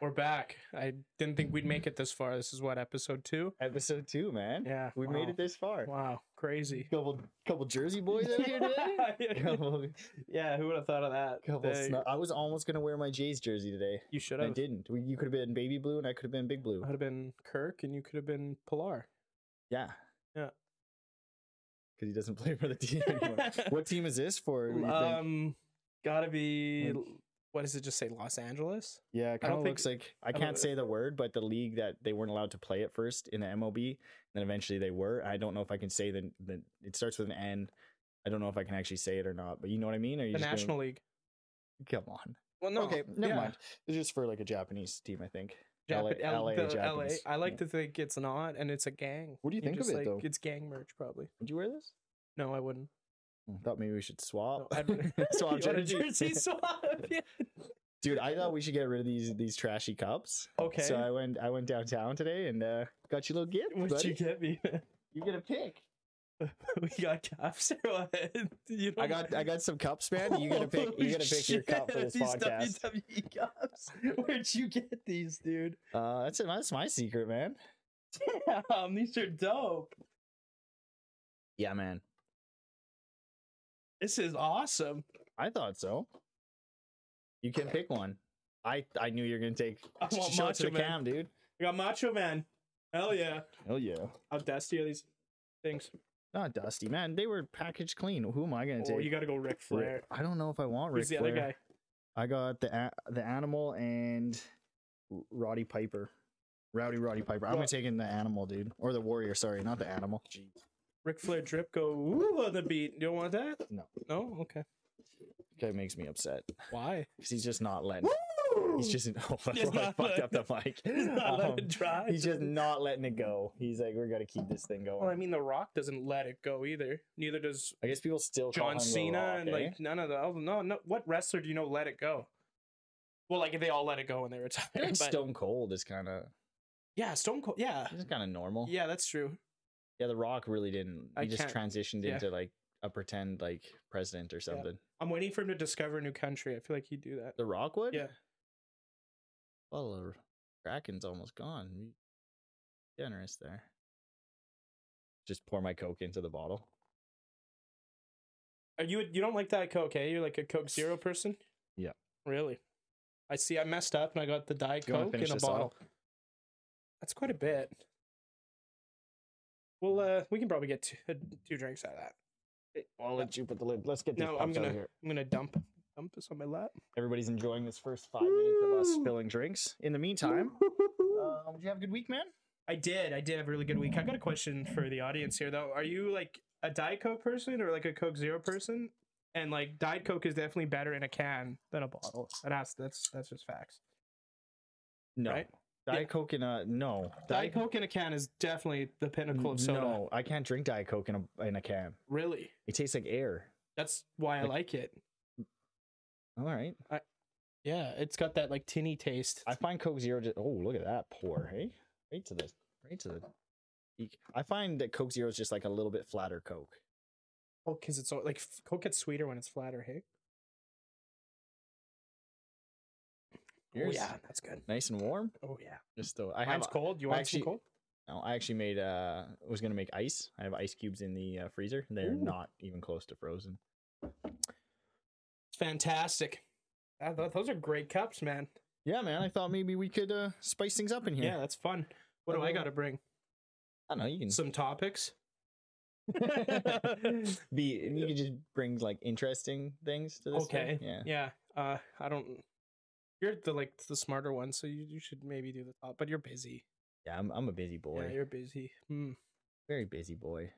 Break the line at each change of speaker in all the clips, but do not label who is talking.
We're back. I didn't think we'd make it this far. This is what episode two.
Episode two, man.
Yeah,
we made
wow.
it this far.
Wow, crazy.
Couple, couple Jersey boys out here today. couple,
yeah, who would have thought of that?
couple.
They-
Snu- I was almost gonna wear my Jays jersey today.
you should
and I
have.
didn't. We, you could have been baby blue, and I could have been big blue.
I would have been Kirk, and you could have been Pilar.
Yeah.
Yeah.
Because he doesn't play for the team anymore. what team is this for? do you think?
Um, gotta be.
Like-
What does it just say? Los Angeles.
yeah, it kind of
don't think-
looks like I
don't-
can't say the word, but the league that they weren't allowed to play at first in the MOB, and then eventually they were. I don't know if I can say the, the it starts with an N. I don't know if I can actually say it or not, but you know what I mean. Or you
The
just gonna-
National League.
Come on.
Well, no.
okay, never
yeah.
mind. It's just for like a Japanese team, I think.
Japa- L-
LA
the
Japanese.
LA. I like
Yeah.
to think it's not, and it's a gang.
What do you think of
just,
it,
like,
though?
It's gang merch, probably.
Would you wear this?
No, I wouldn't.
I thought maybe we should swap.
No, I'd-
swap
You want a
jerseys.
jersey swap. Yeah.
Dude, I thought we should get rid of these these trashy cups.
Okay.
So I went I went downtown today and uh, got you a little gift,
What'd
buddy.
you get me?
You get a pick.
we got caps or what? You
I got I got some cups, man. You gotta pick you gotta pick your cup for this
These
podcast.
WWE cups. Where'd you get these, dude?
Uh, that's that's my secret, man.
Damn, these are dope.
Yeah, man.
This is awesome.
I thought so. You can pick one. I I knew you were gonna take.
I want
Show it
Macho
to the
Man.
cam, dude.
We got Macho Man. Hell yeah.
Oh yeah.
How dusty are these things?
Not dusty, man. They were packaged clean. Who am I gonna
Oh,
take?
you gotta go Ric Flair.
I don't know if I want Rick.
Who's the other guy?
I got the a- the animal and R- Roddy Piper, Rowdy Roddy Piper. I'm
Well-
gonna take in the animal, dude, or the warrior. Sorry, not the animal.
Ric Flair drip go ooh on the beat. You don't want that?
No.
No? Okay.
Guy makes me upset
Why?
'Cause he's just not letting.
Woo!
He's just oh, that's
He's
why I
not
fucked up the mic.
He's not
Um,
letting it dry.
he's just not letting it go. He's like, we're gonna keep this thing going.
Well, I mean, The Rock doesn't let it go either. Neither does
I guess people still call him
John
The
Cena
Rock,
and
eh?
like none of the oh, no no. What wrestler do you know let it go? Well, like they all let it go when they retired.
I think
But
Stone Cold is kind of
yeah, Stone Cold. Yeah,
he's kind of normal.
yeah, that's true.
Yeah, The Rock really didn't. He
I
just
can't-
transitioned
yeah.
into like a pretend like president or something.
I'm waiting for him to discover a new country. I feel like he'd do that.
The Rock would.
Yeah,
Well, the Kraken's almost gone. You- Generous there. Just pour my Coke into the bottle.
Are you you don't like that Coke? eh? You're like a Coke Zero person.
Yeah.
really. I see. I messed up and I got the Diet
You wanna
Coke in
finish
a
this off?
bottle. That's quite a bit. Well,
Hmm.
uh, we can probably get two, two drinks out of that.
I'll let you put the lid. Let's get these
No, I'm
cups out of
gonna
here.
I'm gonna dump dump this on my lap.
Everybody's enjoying this first five minutes of us
Woo!
spilling drinks. In the meantime, um, did you have a good week, man?
I did. I did have a really good week. I got a question for the audience here, though. Are you like a Diet Coke person or like a Coke Zero person? And like Diet Coke is definitely better in a can than a bottle. And that's that's that's just facts.
No.
Right?
Diet
Yeah.
Coke in a no.
Diet Coke in a can is definitely the pinnacle of soda.
No, I can't drink Diet Coke in a in a can.
Really,
It tastes like air.
that's why I like it.
All right.
Yeah, it's got that like tinny taste.
I find Coke Zero just oh look at that pour, hey? Right to the right to the eek. I find that Coke Zero is just like a little bit flatter Coke.
oh, because it's so- like f- Coke gets sweeter when it's flatter. Hey.
Yours?
Oh yeah, that's good.
Nice and warm.
Oh yeah.
Just though I have
Mine's cold. You want
actually-
some cold?
no, I actually made uh was gonna make ice. I have ice cubes in the uh, freezer. They're
Ooh.
not even close to frozen.
Fantastic. Ah, th- those are great cups, man.
Yeah, man. I thought maybe we could uh spice things up in here.
Yeah, that's fun. What do I
Uh,
got to bring?
I don't know. You can
Some topics.
be you can just bring like interesting things to this. thing.
okay.
Yeah.
Yeah. Uh, I don't. You're the like the smarter one, so you, you should maybe do the top. But you're busy.
Yeah. I'm I'm a busy boy.
Yeah, you're busy. Hmm.
Very busy boy.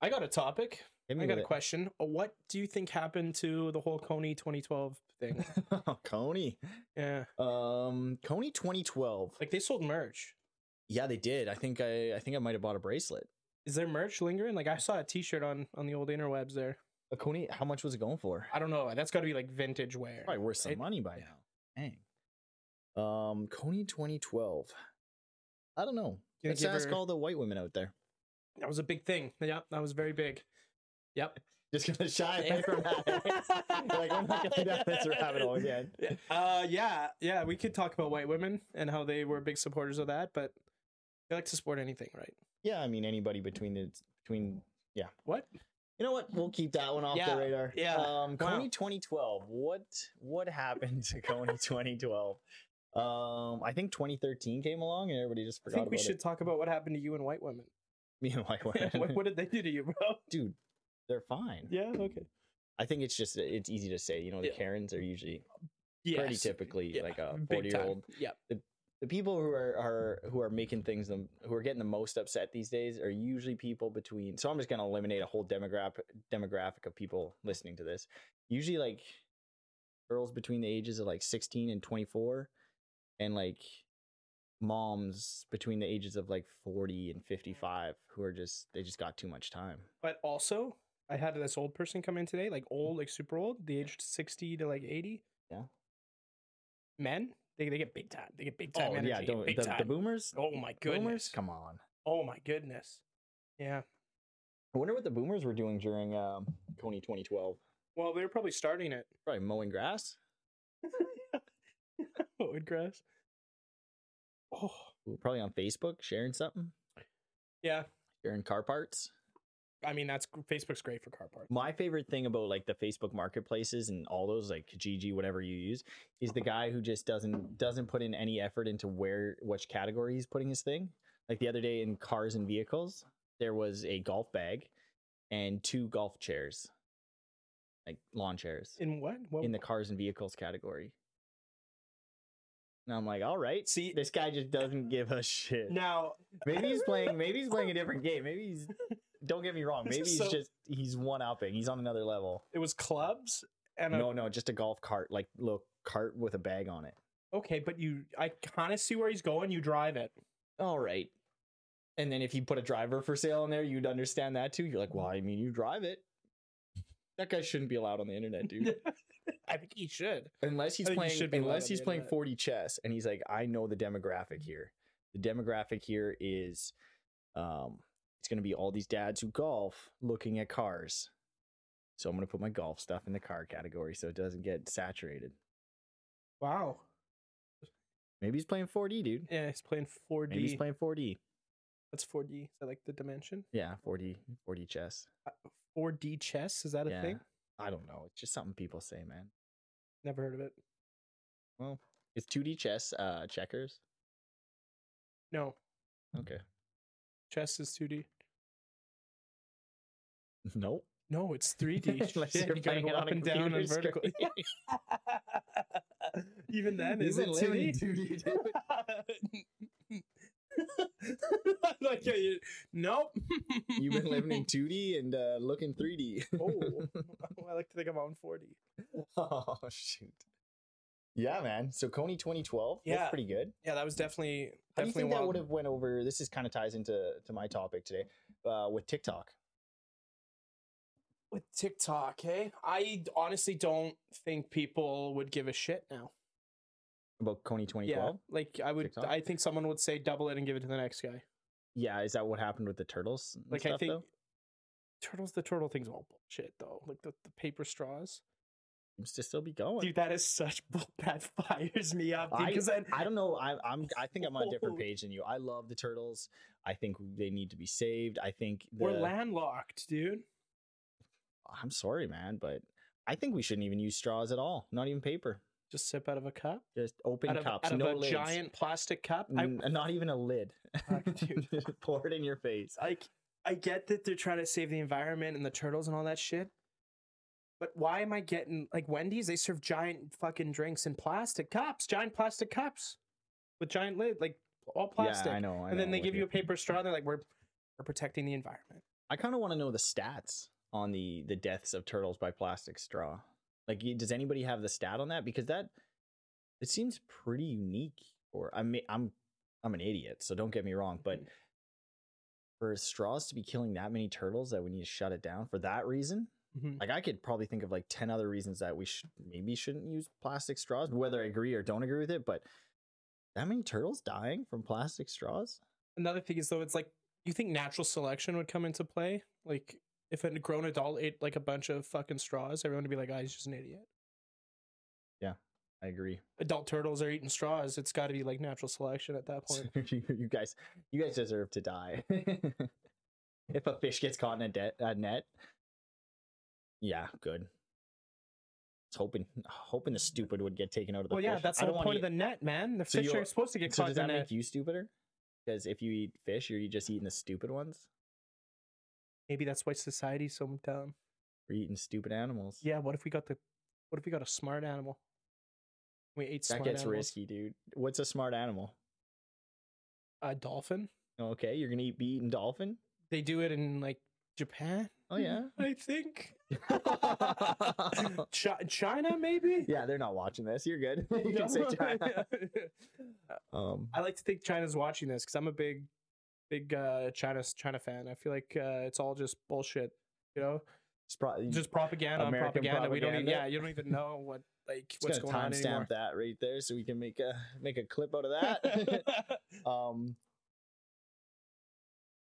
I got a topic.
Hit me
I got
with
a
it.
question. Uh, What do you think happened to the whole Coney 2012 thing?
Oh, Coney.
yeah,
Um, Coney 2012.
eh, like they sold merch.
Yeah, they did. I think I, I think I might have bought a bracelet.
Is there merch lingering? Like I saw a T-shirt on on the old interwebs there.
A Coney. Uh, How much was it going for?
I don't know. That's got to be like vintage wear.
Probably worth some
right?
money by now. Dang. Um, Coney 2012. I don't know.
You
Let's
think you
ask
ever-
all the white women out there.
That was a big thing. Yep, that was very big. Yep.
Just gonna shy away
Yeah.
from that. like I'm not going down this rabbit hole again.
Uh, yeah, yeah. We could talk about white women and how they were big supporters of that, but they like to support anything, right?
Yeah, I mean anybody between the between
What?
you know what? We'll keep that one off
Yeah,
the radar.
yeah.
Um,
Wow.
Coney 2012. What what happened to Coney 2012? Um, I think 2013 came along and everybody just
I
forgot
think we
about
should
it.
talk about what happened to you and white women.
Me and White Women.
what, what did they do to you, bro?
Dude, they're fine.
Yeah. Okay.
I think it's just it's easy to say. You know, the
Yeah.
Karens are usually
Yeah.
pretty typically
Yeah,
like a
Big
40 year
time.
old.
Yeah.
The people who are, are who are making things them who are getting the most upset these days are usually people between. So I'm just gonna eliminate a whole demographic demographic of people listening to this. Usually like girls between the ages of like 16 and 24, and like moms between the ages of like 40
Mm-hmm.
and 55 who are just they just got too much time.
But also, I had this old person come in today, like old, like super old, the age sixty to like eighty.
Yeah.
Men, they, they get big time. They get big time energy.
Oh, yeah, don't,
big
the,
time.
the boomers.
oh my goodness.
Boomers, come on.
Oh my goodness. Yeah.
I wonder what the boomers were doing during um, Coney 2012.
Well, they were probably starting it.
Probably mowing grass.
Wood grass. Oh
Probably on Facebook, sharing
Mm.
something,
yeah.
sharing car parts.
I mean, that's Facebook's great for car parts.
My favorite thing about like the Facebook marketplaces and all those like Kijiji, whatever you use, is the guy who just doesn't doesn't put in any effort into where which category he's putting his thing. Like the other day in cars and vehicles, there was a golf bag and two golf chairs, like lawn chairs.
In what? What?
in the cars and vehicles category. And I'm like, all right,
See-
see, this guy just doesn't give a shit.
now,
Maybe he's playing. Maybe he's playing a different game. Maybe he's. Don't get me wrong.
This
Maybe
is
he's
so-
just he's one upping. He's on another level.
it was clubs and a
No, no, just a golf cart, like little cart with a bag on it.
Okay, but you, I kind of see where he's going. You drive it.
All right. And then if you put a driver for sale in there, you'd understand that too. You're like, well, I mean, you drive it. That guy shouldn't be allowed on the internet, dude.
I think he should.
unless
I
he's
think you
playing
should be allowed
unless
on
he's
the
playing
internet.
40 chess and he's like i know the demographic here the demographic here is um it's going to be all these dads who golf looking at cars so i'm going to put my golf stuff in the car category so it doesn't get saturated
Wow.
maybe he's playing 4d dude
Yeah, he's playing 4D.
maybe he's playing 4d
That's 4D. Is that like the dimension?
yeah 4d 4d chess
4D chess? Is that a
Yeah.
thing?
i don't know it's just something people say man
Never heard of it.
well it's 2d chess uh checkers
No,
okay
chess is 2D.
nope
No, it's 3D.
Unless
Shit,
you're
you gotta
playing
go
it
up
on a
and down and
computer
vertical.
screen.
Even then, is it E?
Even limited
2D?
2D, dude.
like, yeah, you, nope.
You've been living in 2D and uh, looking 3D.
Oh, I like to think I'm on 4D.
oh, shoot. Yeah, man. So Coney 2012,
Yeah.
that's pretty good.
Yeah, that was definitely
How do you
definitely
think that
wild.
would have went over? This is kind of ties into to my topic today uh, with TikTok.
with TikTok, hey? I d- honestly don't think people would give a shit now.
About Coney 2012?
Yeah. Like I would
TikTok?
I think someone would say double it and give it to the next guy.
Yeah. is that what happened with the turtles? and
Like I
stuff,
think
though?
Turtles the turtle thing's all bullshit though. Like the, the paper straws.
Seems to still be going.
Dude, that is such bull that fires me up.
I-
Because then
I don't know. I, I'm. I think I'm on a different
Holy-
page than you. I love the turtles. I think they need to be saved. I think the,
we're landlocked, dude.
I'm sorry, man, but I think we shouldn't even use straws at all. Not even paper.
Just sip out of a cup.
Just open
out of,
cups.
out of
no
a
lids. Mm.
giant plastic cup. I,
N- not even a lid.
Fuck, dude.
Uh, Pour it in your face.
like I get that they're trying to save the environment and the turtles and all that shit. But why am I getting like Wendy's? They serve giant fucking drinks in plastic cups, giant plastic cups with giant lid, like all plastic.
Yeah, I know. I
and then
know
they
what
give you a
you're-
paper straw. And they're like, we're we're protecting the environment.
I kind of want to know the stats on the the deaths of turtles by plastic straw. Like, you- does anybody have the stat on that? Because that it seems pretty unique. Or I mean, I'm I'm an idiot, so don't get me wrong, but
Mhm.
for straws to be killing that many turtles that we need to shut it down for that reason,
Mhm.
like I could probably think of like 10 other reasons that we should maybe shouldn't use plastic straws, whether I agree or don't agree with it, but that many turtles dying from plastic straws?
Another thing is though, it's like you think natural selection would come into play, like if a grown adult ate like a bunch of fucking straws, everyone would be like, "Ah, he's just an idiot."
I agree.
Adult turtles are eating straws. It's got to be like natural selection at that point.
you, you guys, you guys deserve to die. if a fish gets caught in a, de- a net, yeah, good. It's hoping, hoping the stupid would get taken out of the.
well, yeah,
fish.
that's the
I don't
whole
wanna
point of the net, man. The
So
fish
you-
are supposed to get
eat- So
caught
does
in the
that
net.
make you stupider? Because if you eat fish, you're just eating the stupid ones.
Maybe that's why society's so dumb.
We're eating stupid animals.
Yeah, what if we got the, what if we got a smart animal? We ate
that
smart
gets
animals.
risky, dude. What's a smart animal?
A dolphin.
Okay, you're gonna eat, be eating dolphin.
They do it in like Japan.
Oh yeah.
I think. Chi- China, maybe.
yeah, they're not watching this. You're good. you can say China. Um,
I like to think China's watching this because I'm a big, big uh, China China fan. I feel like uh, it's all just bullshit, you know,
it's probably
just propaganda, on
American
propaganda. We don't, even,
propaganda.
yeah, you don't even know what like what's
just
going
gonna
on anymore.
timestamp that right there so we can make a make a clip out of that. um,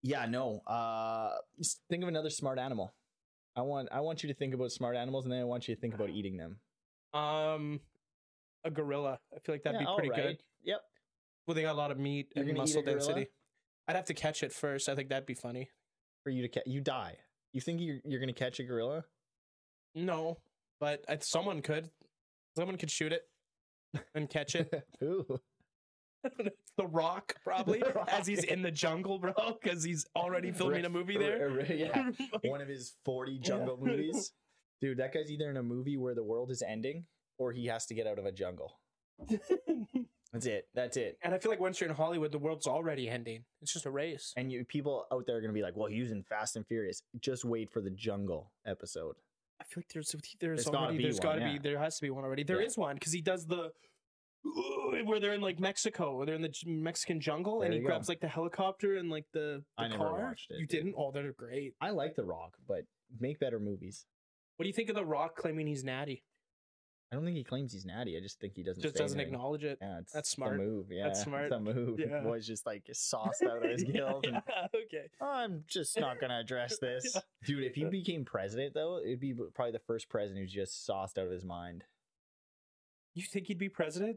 yeah, no. Uh, s- think of another smart animal. I want I want you to think about smart animals, and then I want you to think about eating them.
um, a gorilla. I feel like that'd
Yeah,
be pretty good.
alright. Yep.
Well, they got a lot of meat
You're
and
gonna eat
muscle
a gorilla?
density. I'd have to catch it first. I think that'd be funny.
For you to catch, you die. You think you're you're gonna catch a gorilla?
No, but I, someone could. Someone could shoot it and catch it.
Ooh.
the Rock, probably,
The Rock.
as he's in the jungle, bro, because he's already filming a movie there.
R- r- yeah.
Like,
One of his forty jungle
Yeah.
movies. Dude, that guy's either in a movie where the world is ending, or he has to get out of a jungle. That's it. That's it.
and I feel like once you're in Hollywood, the world's already ending. It's just a race.
And you people out there are gonna be like, "Well, he was in Fast and Furious." Just wait for the jungle episode.
I feel like there's there's
There's gotta
already
be
there's
one,
got to
yeah.
be there has to be one already. There is
Yeah.
one because he does the where they're in like Mexico, where they're in the j- Mexican jungle, and
There
he
you go.
grabs like the helicopter and like the, the
I never
car.
watched it,
you
dude.
didn't? Oh, they're great.
I like The Rock, but make better movies.
What do you think of The Rock claiming he's natty?
I don't think he claims he's natty. I just think he doesn't.
Just
say
doesn't
anything.
acknowledge it.
Yeah, it's
That's
the
smart.
move. Yeah, it's
smart.
the move.
Yeah.
The boy's just like sauced out of his
Yeah,
gills. and,
yeah, okay.
"Oh, I'm just not gonna address this, Uh, dude. If he became president, though, it'd be probably the first president who's just sauced out of his mind.
You think he'd be president?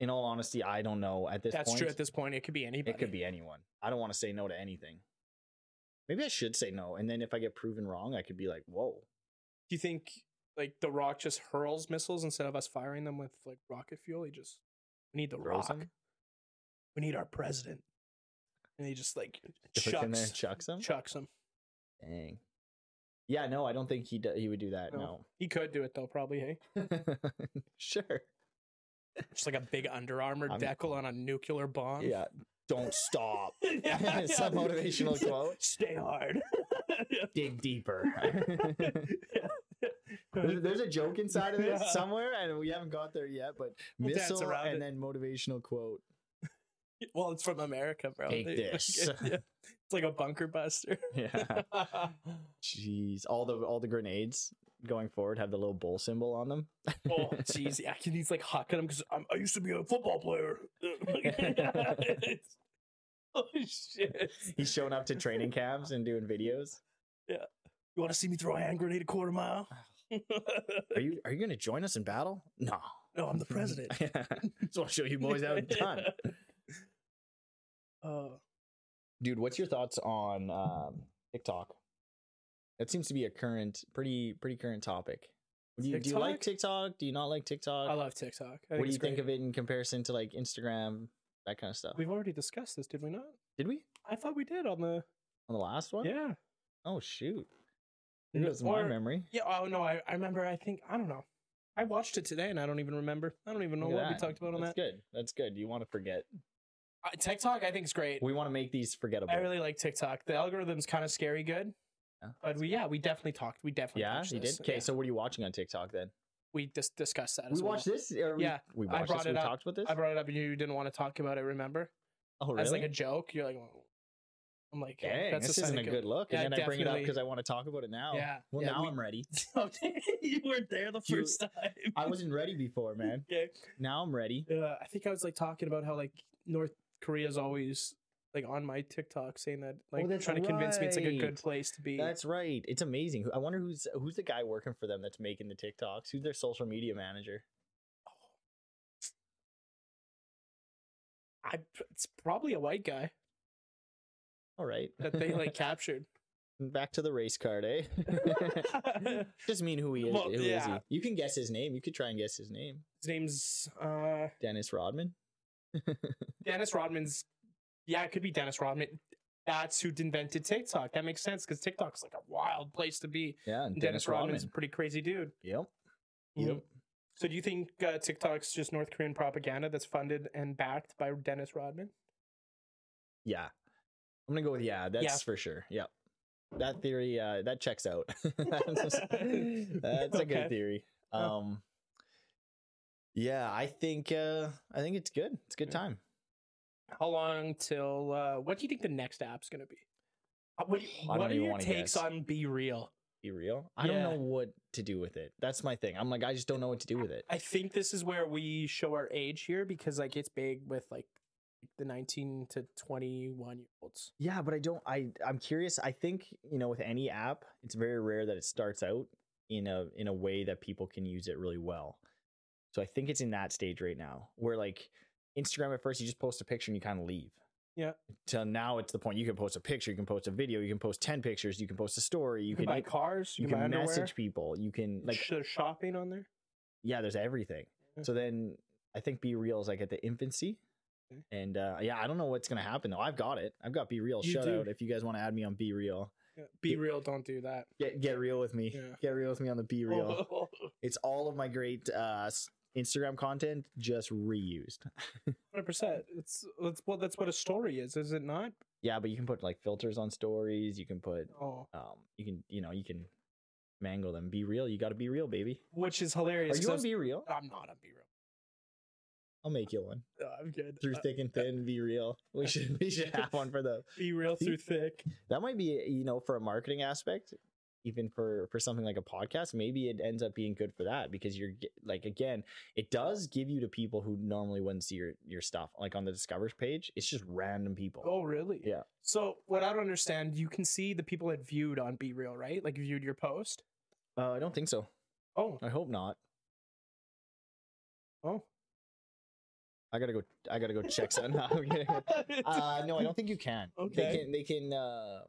In all honesty, I don't know at this
That's
point.
true. At this point, it could be anybody.
it could be anyone. I don't want to say no to anything. Maybe I should say no, and then if I get proven wrong, I could be like, "Whoa,
Do you think like The Rock just hurls missiles instead of us firing them with like rocket fuel? He just we need The
Throws
Rock.
them?
We need our president, and he just like
If it's in there
chucks
and chucks him."
chucks him.
Dang. Yeah, no, I don't think he do- he would do that. No.
No. He could do it though, probably. Hey,
sure.
just like a big Under Armour
I'm-
decal on a nuclear bomb.
Yeah. Don't stop.
Um, Yeah,
Some
yeah.
motivational quote.
Stay hard.
Dig deeper. there's, there's a joke inside of this
Yeah.
somewhere, and we haven't got there yet. But
We'll dance
missile
around
and
it.
then motivational quote.
well, it's from America, bro.
Take
They-
this.
yeah. It's like a bunker buster. Oh,
Yeah. Jeez, all the all the grenades going forward have the little bull symbol on them.
Oh, jeez. Yeah, 'cause he's like hawking him because I used to be a football player. oh, shit.
He's showing up to training camps and doing videos.
You want to see me throw a hand grenade a quarter mile?
Are you are you going to join us in battle? No.
no, I'm the president.
Just want to show you boys how it's done.
Oh,
dude what's your thoughts on um tiktok that seems to be a current pretty pretty current topic do you, do you like tiktok do you not like tiktok
I love TikTok. I
what do you think
great.
of it in comparison to like instagram that kind of stuff
We've already discussed this, did we not?
did we
I thought we did on the.
on the last one
Yeah.
oh shoot it
No,
was my
or-
memory
Yeah. Oh, no. I, I remember. I think. I don't know. I watched it today and I don't even remember. I don't even know
Look at
what we
that.
talked about on
that's
that.
good that's good you want to forget
Uh, TikTok, I think, is great.
we want to make these forgettable
I really like TikTok. The algorithm's kind of scary good.
Yeah.
But we, yeah, we definitely talked. We definitely
yeah
touched
you did
this.
okay
Yeah.
so what are you watching on tiktok then
we just discussed that.
we
as well.
watched this or we,
Yeah,
we
I
watched
brought
this we
it up.
talked about this
I brought it up and you didn't want to talk about it. Remember,
oh
as
really
like a joke, you're like, well, I'm like, yeah,
Dang,
that's
this
a
isn't a
psycho-
good look.
Yeah,
and then I bring it up
definitely.
because I want to talk about it now.
Yeah,
Well,
yeah,
now
we-
I'm ready.
Okay, you weren't there the
You-
first time.
I wasn't ready before, man.
okay.
Now I'm ready.
Uh, I think I was like talking about how like North Korea's always like on my TikTok saying that like
Oh, that's
trying to convince me it's like a
right.
good place to be.
That's right. It's amazing. Who- I wonder who's who's the guy working for them that's making the TikToks. Who's their social media manager?
I, it's probably a white guy
All right.
that they like captured.
back to the race card, eh?
His
Just mean who he is.
Well,
who is
yeah.
he? You can guess his name. You could try and guess his name.
name's uh
Dennis Rodman.
Dennis Rodman's. Yeah, it could be Dennis Rodman. That's who invented TikTok. That makes sense because TikTok's like a wild place to be.
Yeah, and
Dennis, Rodman's a pretty crazy dude.
Yep. Yep.
Mhm. So do you think uh, TikTok's just North Korean propaganda that's funded and backed by Dennis Rodman?
Yeah. I'm gonna go with yeah. That's for sure. Yep. That theory, uh, that checks out. that's a
Okay. Oh.
good theory.
Huh.
Um, yeah, I think uh, I think it's good. It's a good
Yeah.
time.
How long till? Uh, what do you think the next app's gonna be? Uh, What,
don't
what are
even
your
wanna
takes
guess.
on Be Real?
Be real. I
Yeah.
don't know what to do with it. That's my thing. I'm like, I just don't know what to do with it.
I think this is where we show our age here because like it's big with like the 19 to 21 year olds.
Yeah, but I don't. I I'm curious. I think you know, with any app, it's very rare that it starts out in a in a way that people can use it really well. So I think it's in that stage right now, where like Instagram at first, you just post a picture and you kind of leave.
Yeah.
Till now, it's the point you can post a picture, you can post a video, you can post ten pictures, you can post a story, you,
You can
can e,
buy cars. You,
you
can,
can
buy
message people, you can
underwear.
like
Sh- uh, shopping on there.
yeah, there's everything.
Yeah.
So then I think Be Real is like at the infancy.
Okay.
And uh, yeah, I don't know what's gonna happen though. I've got it. I've got Be Real.
You
Shout
do.
out if you guys want to add me on Be Real.
Yeah. Be
Yeah.
real. Don't do that.
Get get real with me.
Yeah. Oh.
Get real with me on the Be Real. it's all of my great uh, s- Instagram content just reused.
Hundred percent. It's that's well. That's what a story is, is it not?
Yeah, but you can put like filters on stories. You can put
Oh,
um, you can you know you can mangle them. Be real. You got to be real, baby.
which is
Are
hilarious. 'cause
you
I
on
was-
Be Real?
I'm not on Be Real.
I'll make you one
No, I'm good.
through
Uh,
thick and thin. Be real. We should we should have one for the
be real through thick.
that might be eh, you know for a marketing aspect even for for something like a podcast maybe it ends up being good for that because you're ge- like again it does give you to people who normally wouldn't see your your stuff like on the discovers page it's just random people
Oh, really?
Yeah.
So what I don't understand, you can see the people that viewed on Be Real, right? Like viewed your post.
uh, i don't think so
Oh,
i hope not
oh.
i gotta go i gotta go check some no, I'm kidding. uh no i don't think you can
Okay.
they can they can uh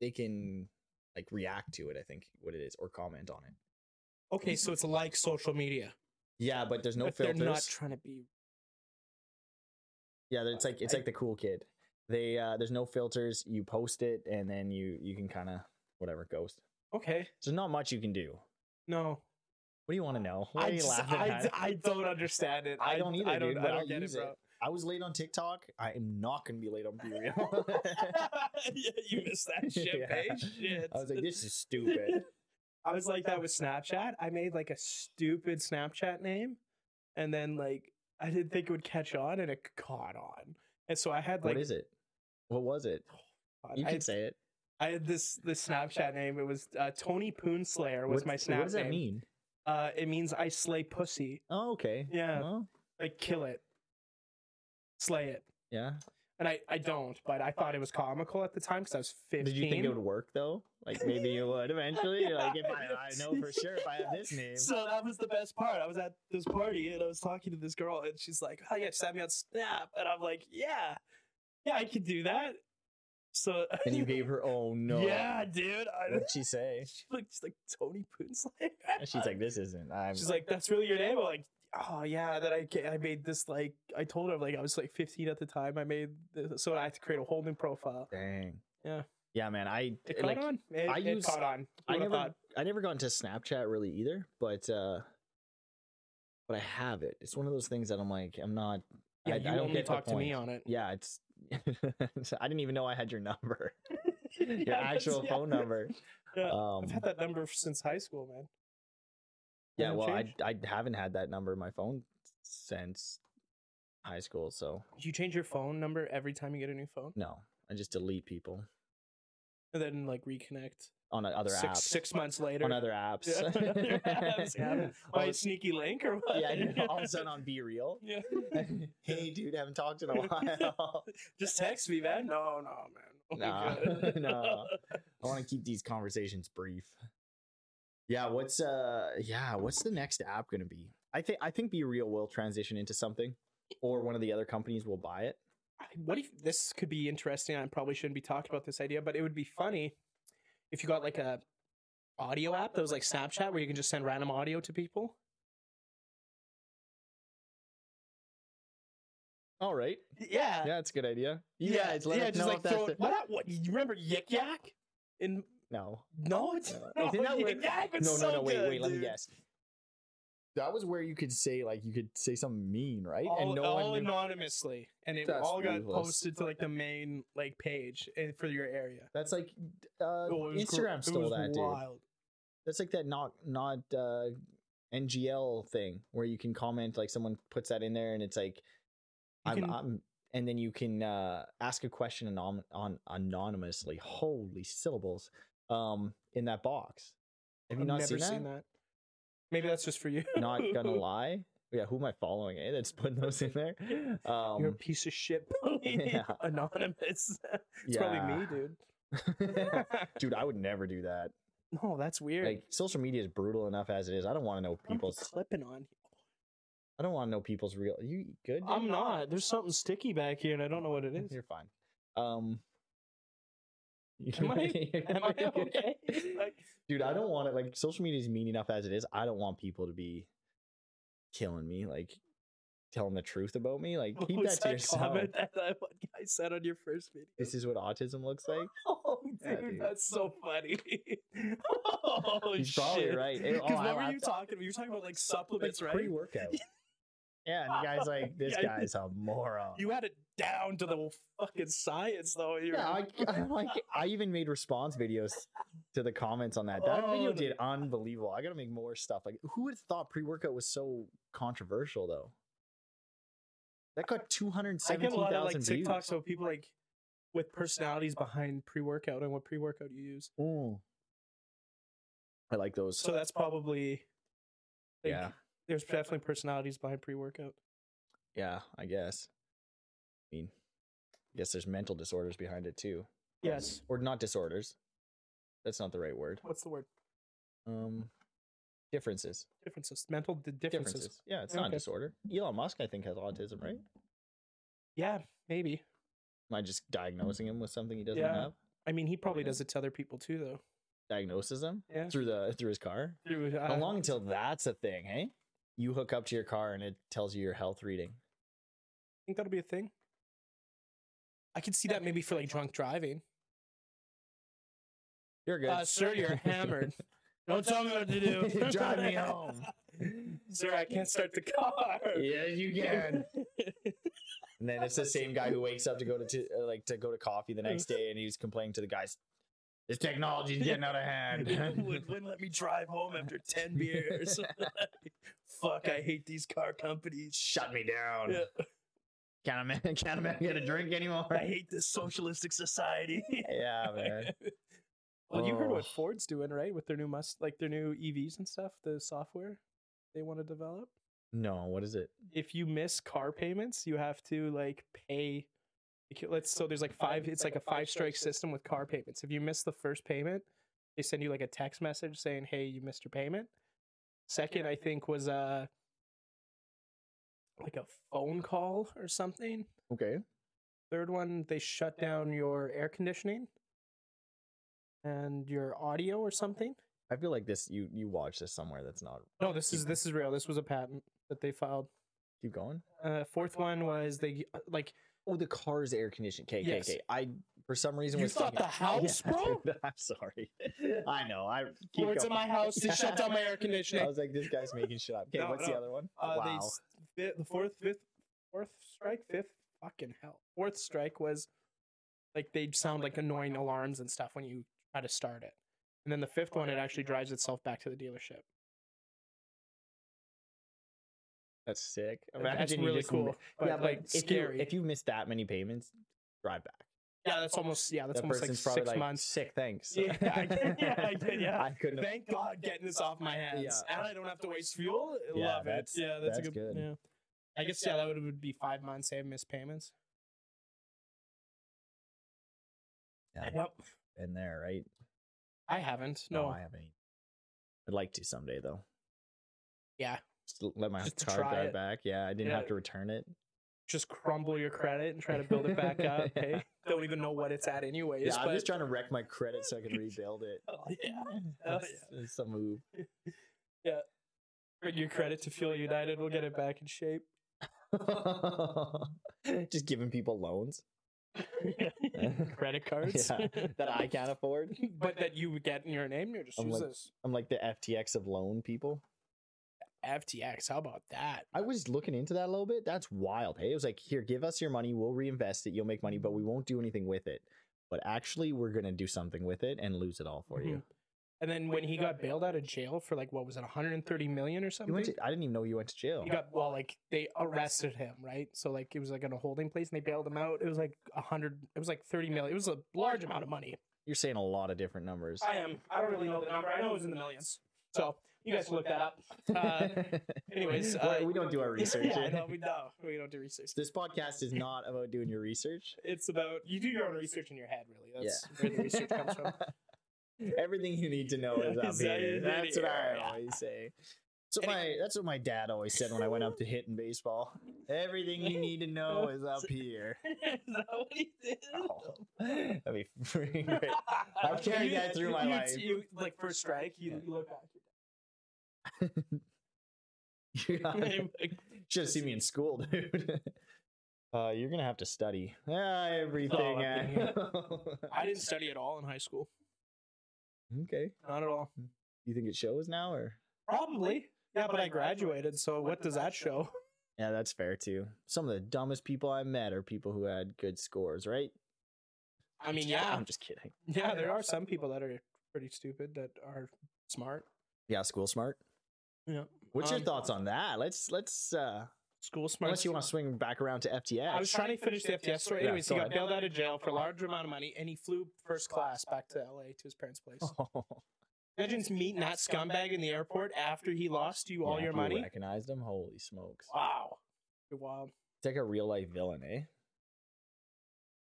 they can like react to it i think what it is or comment on it
Okay, so it's like social media.
yeah but there's no
but
filters
They're not trying to be.
Yeah, it's like it's
I-
like the cool kid. They uh there's no filters. You post it and then you you can kind of whatever ghost.
Okay.
So not much you can do. What
No.
do you want to know? Why are you
just-
laughing
I,
at?
d- I don't understand it.
I don't either,
I don't,
dude,
I
but
don't
I
get it,
use
bro.
I was late on TikTok. I am not gonna be late on Be Real.
yeah, you missed that shit,
Yeah.
eh? Shit.
I was like, this is stupid.
I was like that with Snapchat. I made like a stupid Snapchat name, and then like I didn't think it would catch on, and it caught on. And so I had like
what is it? What was it? You
I,
can say it.
I had this this Snapchat name. It was uh, Tony Poonslayer was
What's-
my Snapchat.
What does that mean?
Uh, it means I slay pussy,
Oh, okay.
Yeah.
Well,
like kill it, slay it.
yeah.
And I, I don't, but I thought it was comical at the time because I was fifteen.
Did you think it would work though? Like maybe you would eventually. You're like if I, I know for sure if I have this name.
So that was the best part. I was at this party and I was talking to this girl, and she's like, "Oh yeah, send me on Snap," and I'm like, "Yeah, yeah, I could do that." So
And you gave her, oh no.
yeah, dude. I,
What'd she say?
she looked just like Tony Poonslayer.
And she's like, this isn't. I'm,
she's like, "That's really your name?" I'm like, "Oh yeah, that I ca- I made this like I told her like I was like 15 at the time. I made this, so I had to create a whole new profile.
dang.
Yeah.
Yeah, man. I
It caught
like.
on. It,
I
it
use-
caught on.
I
Who would've
never.
thought?
I never got into Snapchat really either, but uh, but I have it. It's one of those things that I'm like, I'm not.
Yeah,
I,
you
I don't
only
get the
talk to me on
point.
it.
Yeah, it's. I didn't even know I had your number,
Yeah,
your
that's-
actual
yeah.
phone number.
Yeah.
Um,
I've had that number since high school, man.
yeah,
Hasn't
well, I
changed?
I haven't had that number in my phone since high school, so
Do you change your phone number every time you get a new phone
no, I just delete people.
and then like reconnect?
on a- other
six,
apps.
six months later.
on other apps.
Yeah, on other apps, yeah.
All
By
of-
sneaky link or what?
yeah, I know, all of a sudden on Be Real.
yeah.
hey, dude, haven't talked in a while.
Just text me, man. No, no, man.
Nah,
We good.
no. I want to keep these conversations brief. Yeah, what's uh yeah, what's the next app gonna be? I think I think Be Real will transition into something, or one of the other companies will buy it.
what if this could be interesting? I probably shouldn't be talking about this idea, but it would be funny if you got like a audio app that was like Snapchat where you can just send random audio to people.
All right.
Yeah.
Yeah, it's a good idea. You
Yeah,
guys, let
yeah,
us know if that's
throw-
the-
what, I- what- you remember Yik Yak? In
No.
no, Oh, it's no,
Isn't that where-
Yik Yak was
No, no,
so
no, wait,
good,
wait, let me
dude.
guess. That was where you could say like you could say something mean, right?
All,
and Oh, no
all
one knew-
anonymously, and it
That's
all got
ruthless.
posted to like the main like page eh, for your area.
That's like uh,
Oh, it was gr-
Instagram
it
stole
was
that, dude.
wild.
That's like that not not uh, NGL thing where you can comment like someone puts that in there and it's like
You
I'm,
can-
I'm and then you can uh, ask a question anon- on anonymously. Holy syllables! Um, in that box. Have you
I've
not
never
seen that?
Maybe that's just for you.
Not gonna lie. Yeah, who am I following? Eh, that's putting those in there. Um,
You're a piece of shit.
yeah.
Anonymous. It's probably me, dude.
dude. dude, I would never do that.
no, that's weird.
Like, social media is brutal enough as it is. I don't want to know
What am I
people's.
clipping on.
I don't want to know people's real. You good? dude?
I'm not. There's something sticky back here, and I don't know what it is.
You're fine. Um,
Am I- Am I okay? Like,
Dude, I don't want it. Like, social media is mean enough as it is. I don't want people to be killing me, like telling the truth about me. Like,
what
keep
was
that to yourself.
comment that that one guy said on your first video?
This is what autism looks like.
Oh, dude,
Yeah, dude.
that's so funny. oh,
He's probably right. It- oh,
Because
I
what were you
laughed.
talking about? You were talking about like supplements,
That's
right?
pre-workout. yeah, and the guy's like, this
Yeah, I
guy's a moron.
You had it down to the fucking science, though. You were-
Yeah, I, I like I even made response videos to the comments on that. That video
Oh,
did unbelievable. I gotta make more stuff. Like, who would have thought pre workout was so controversial though? That got two hundred
I get a
seventeen
lot of like
thousand views.
TikToks of people like with personalities behind pre-workout and what pre-workout you use.
Ooh. I like those.
So that's probably like,
yeah,
There's definitely personalities behind pre-workout.
yeah. I guess. I mean, I guess there's mental disorders behind it too,
Yes.
or not disorders. That's not the right word.
What's the word?
Um, differences.
Differences. Mental di- differences.
differences. Yeah, it's not a
Okay.
disorder. Elon Musk, I think, has autism, right?
Yeah, maybe.
Am I just diagnosing him with something he doesn't
Yeah.
have?
I mean, he probably
Okay.
does it to other people too, though.
Diagnoses him
Yeah.
through the through his car.
Through,
How
uh,
long until that's a thing, hey? You hook up to your car and it tells you your health reading.
think that'll be a thing. I could see that maybe for like drunk driving.
You're good.
Uh, sir, you're hammered. Don't tell me what to do.
Drive me home.
sir, I can't start the car.
yeah, you can. And then it's the same guy who wakes up to go to, to uh, like to go to coffee the next day, and he's complaining to the guys, "This technology's getting out of hand."
would, wouldn't let me drive home after 10 beers. Fuck, I hate these car companies.
Shut me down.
Yeah.
Can't a man, can't a man get a drink anymore?
I hate this socialistic society.
Yeah, man.
well, you heard
Oh.
what Ford's doing, right? With their new must like their new EVs and stuff, the software they want to develop.
No, what is it?
If you miss car payments, you have to like pay like, let's so there's like five it's like a five strike system with car payments. If you miss the first payment, they send you like a text message saying, "Hey, you missed your payment." Second, I think was uh like a phone call or something.
Okay.
Third one, they shut down your air conditioning and your audio or something.
I feel like this you you watch this somewhere that's not
No, this is this is real. This was a patent that they filed.
keep going.
Uh, fourth one was they uh, like
Oh, the car's air conditioning. Okay,
Yes.
okay, okay. I for some reason
You
was
thought
thinking-
the house, bro?
dude, I'm sorry. I know. I keep
Lords in
going.
my house to shut down my air
I
conditioning.
was like, this guy's making shit up. Okay,
No,
what's the
no.
other one?
Uh, they
wow.
s- fi- the fourth, fifth, fourth strike, fifth, fucking hell. Fourth strike was like they sound like annoying alarms and stuff when you try to start it. And then the fifth one, it actually drives itself back to the dealership.
That's sick.
That's
Imagine you
really
just-
cool. But
yeah, but
like
if
scary.
You, if you miss that many payments, drive back.
Yeah, that's almost yeah, that's
that
almost
person's
like
probably
six
like
months.
sick. Thanks.
Yeah, I did, yeah, I did, yeah.
I couldn't. Have,
Thank God getting this off my hands.
Yeah.
And I don't have to waste fuel.
Yeah,
Love
that's-
it. Yeah, that's,
that's
a good,
good.
Yeah. I guess yeah, that would would be five months I missed payments.
Yeah.
Yep.
been there, right?
I haven't. No.
I haven't. either. I'd like to someday though.
Yeah.
Just l- let my
Just to
car
try
drive
it.
back. Yeah, I didn't
Yeah.
have to return it.
Just crumble your credit and try to build it back up.
Yeah.
Hey, don't even know what it's at anyways.
Yeah, I'm
but-
just trying to wreck my credit so I can rebuild it.
Oh, yeah.
That's, that's a move.
Bring your credit to Fuel United. We'll get it back in shape.
just giving people loans
credit cards
Yeah, that I can't afford.
but that you would get in your name. You're just
I'm
use
like-
this
I'm like the FTX of loan people.
FTX. How about that?
I was looking into that a little bit. That's wild. Hey, it was like, here, give us your money. We'll reinvest it. You'll make money, but we won't do anything with it. But actually, we're going to do something with it and lose it all for
Mm-hmm.
you.
And then when he got bailed out of jail for like what was it, 130 million or
You
something?
went to, I didn't even know you went to jail.
He got well, like they arrested him, right? So like it was like in a holding place, and they bailed him out. It was like a hundred. It was like 30 million. It was a large amount of money.
You're saying a lot of different numbers.
I am. I don't really know the number. I know it was in the millions. So you guys look that up. uh, Anyways,
Well,
uh,
we don't do our research.
yeah, no, we don't. We don't do research.
This podcast is not about doing your research.
It's about you do your own research in your head, really. That's where the research comes from.
Everything you need to know is up
Is that
here.
it?
That's what I
Yeah.
always say. So
Any-
my that's what my dad always said when I went up to hit in baseball. Everything you need to know is up here.
Is that what he did?
Oh, that'd be freaking great. I've carried that through my
you-
life.
You, like first strike, you,
Yeah.
you look back.
Should have seen me in school, dude. Uh, you're gonna have to study Ah, everything.
I'm
I-
I didn't study at all in high school.
okay.
Not at all.
You think it shows now, or?
Probably. Yeah, but I graduated, so what does that show?
Yeah, that's fair too. Some of the dumbest people I met are people who had good scores, right?
I mean, yeah.
I'm just kidding.
Yeah, there are some people that are pretty stupid that are smart.
Yeah, school smart.
Yeah.
What's
Um,
your thoughts on that? Let's let's uh
School smart.
unless you want to swing back around to FTX.
I was trying to finish the FTS story.
Yeah,
Anyways,
go
he got
ahead.
bailed out of jail for a large amount of money, and he flew first class back to LA to his parents' place. Imagine meeting that scumbag in the airport after he lost you all
Yeah,
your
people
money.
Recognized him. Holy smokes!
Wow, you're wild.
It's like a real life villain, eh?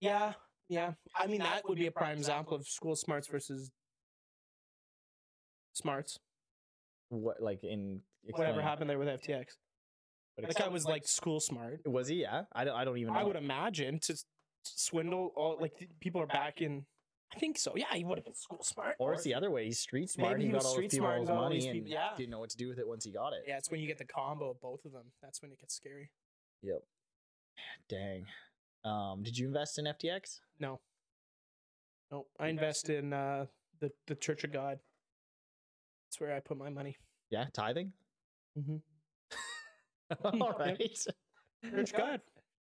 Yeah, yeah. I mean, that would be a prime example of school smarts versus smarts.
What like in
Whatever
explain.
happened there with FTX.
But
That guy was like school smart.
ex- was he? Yeah, I don't. I don't even. Know.
I would imagine to s- swindle all like th- people are back in. I think so. Yeah, he would have been school smart.
Or it's the other way. He's street
Maybe
smart. and
he
he got
was
all
street
these
smart and
people's
got all
money
these
and
people- yeah.
didn't know what to do with it once he got it.
Yeah, it's when you get the combo of both of them. That's when it gets scary.
Yep. Dang. Um, did you invest in FTX?
No. No, I invest in uh, the the Church of God. That's where I put my money.
Yeah, tithing.
Mhm.
all
Yep.
right.
Church of God.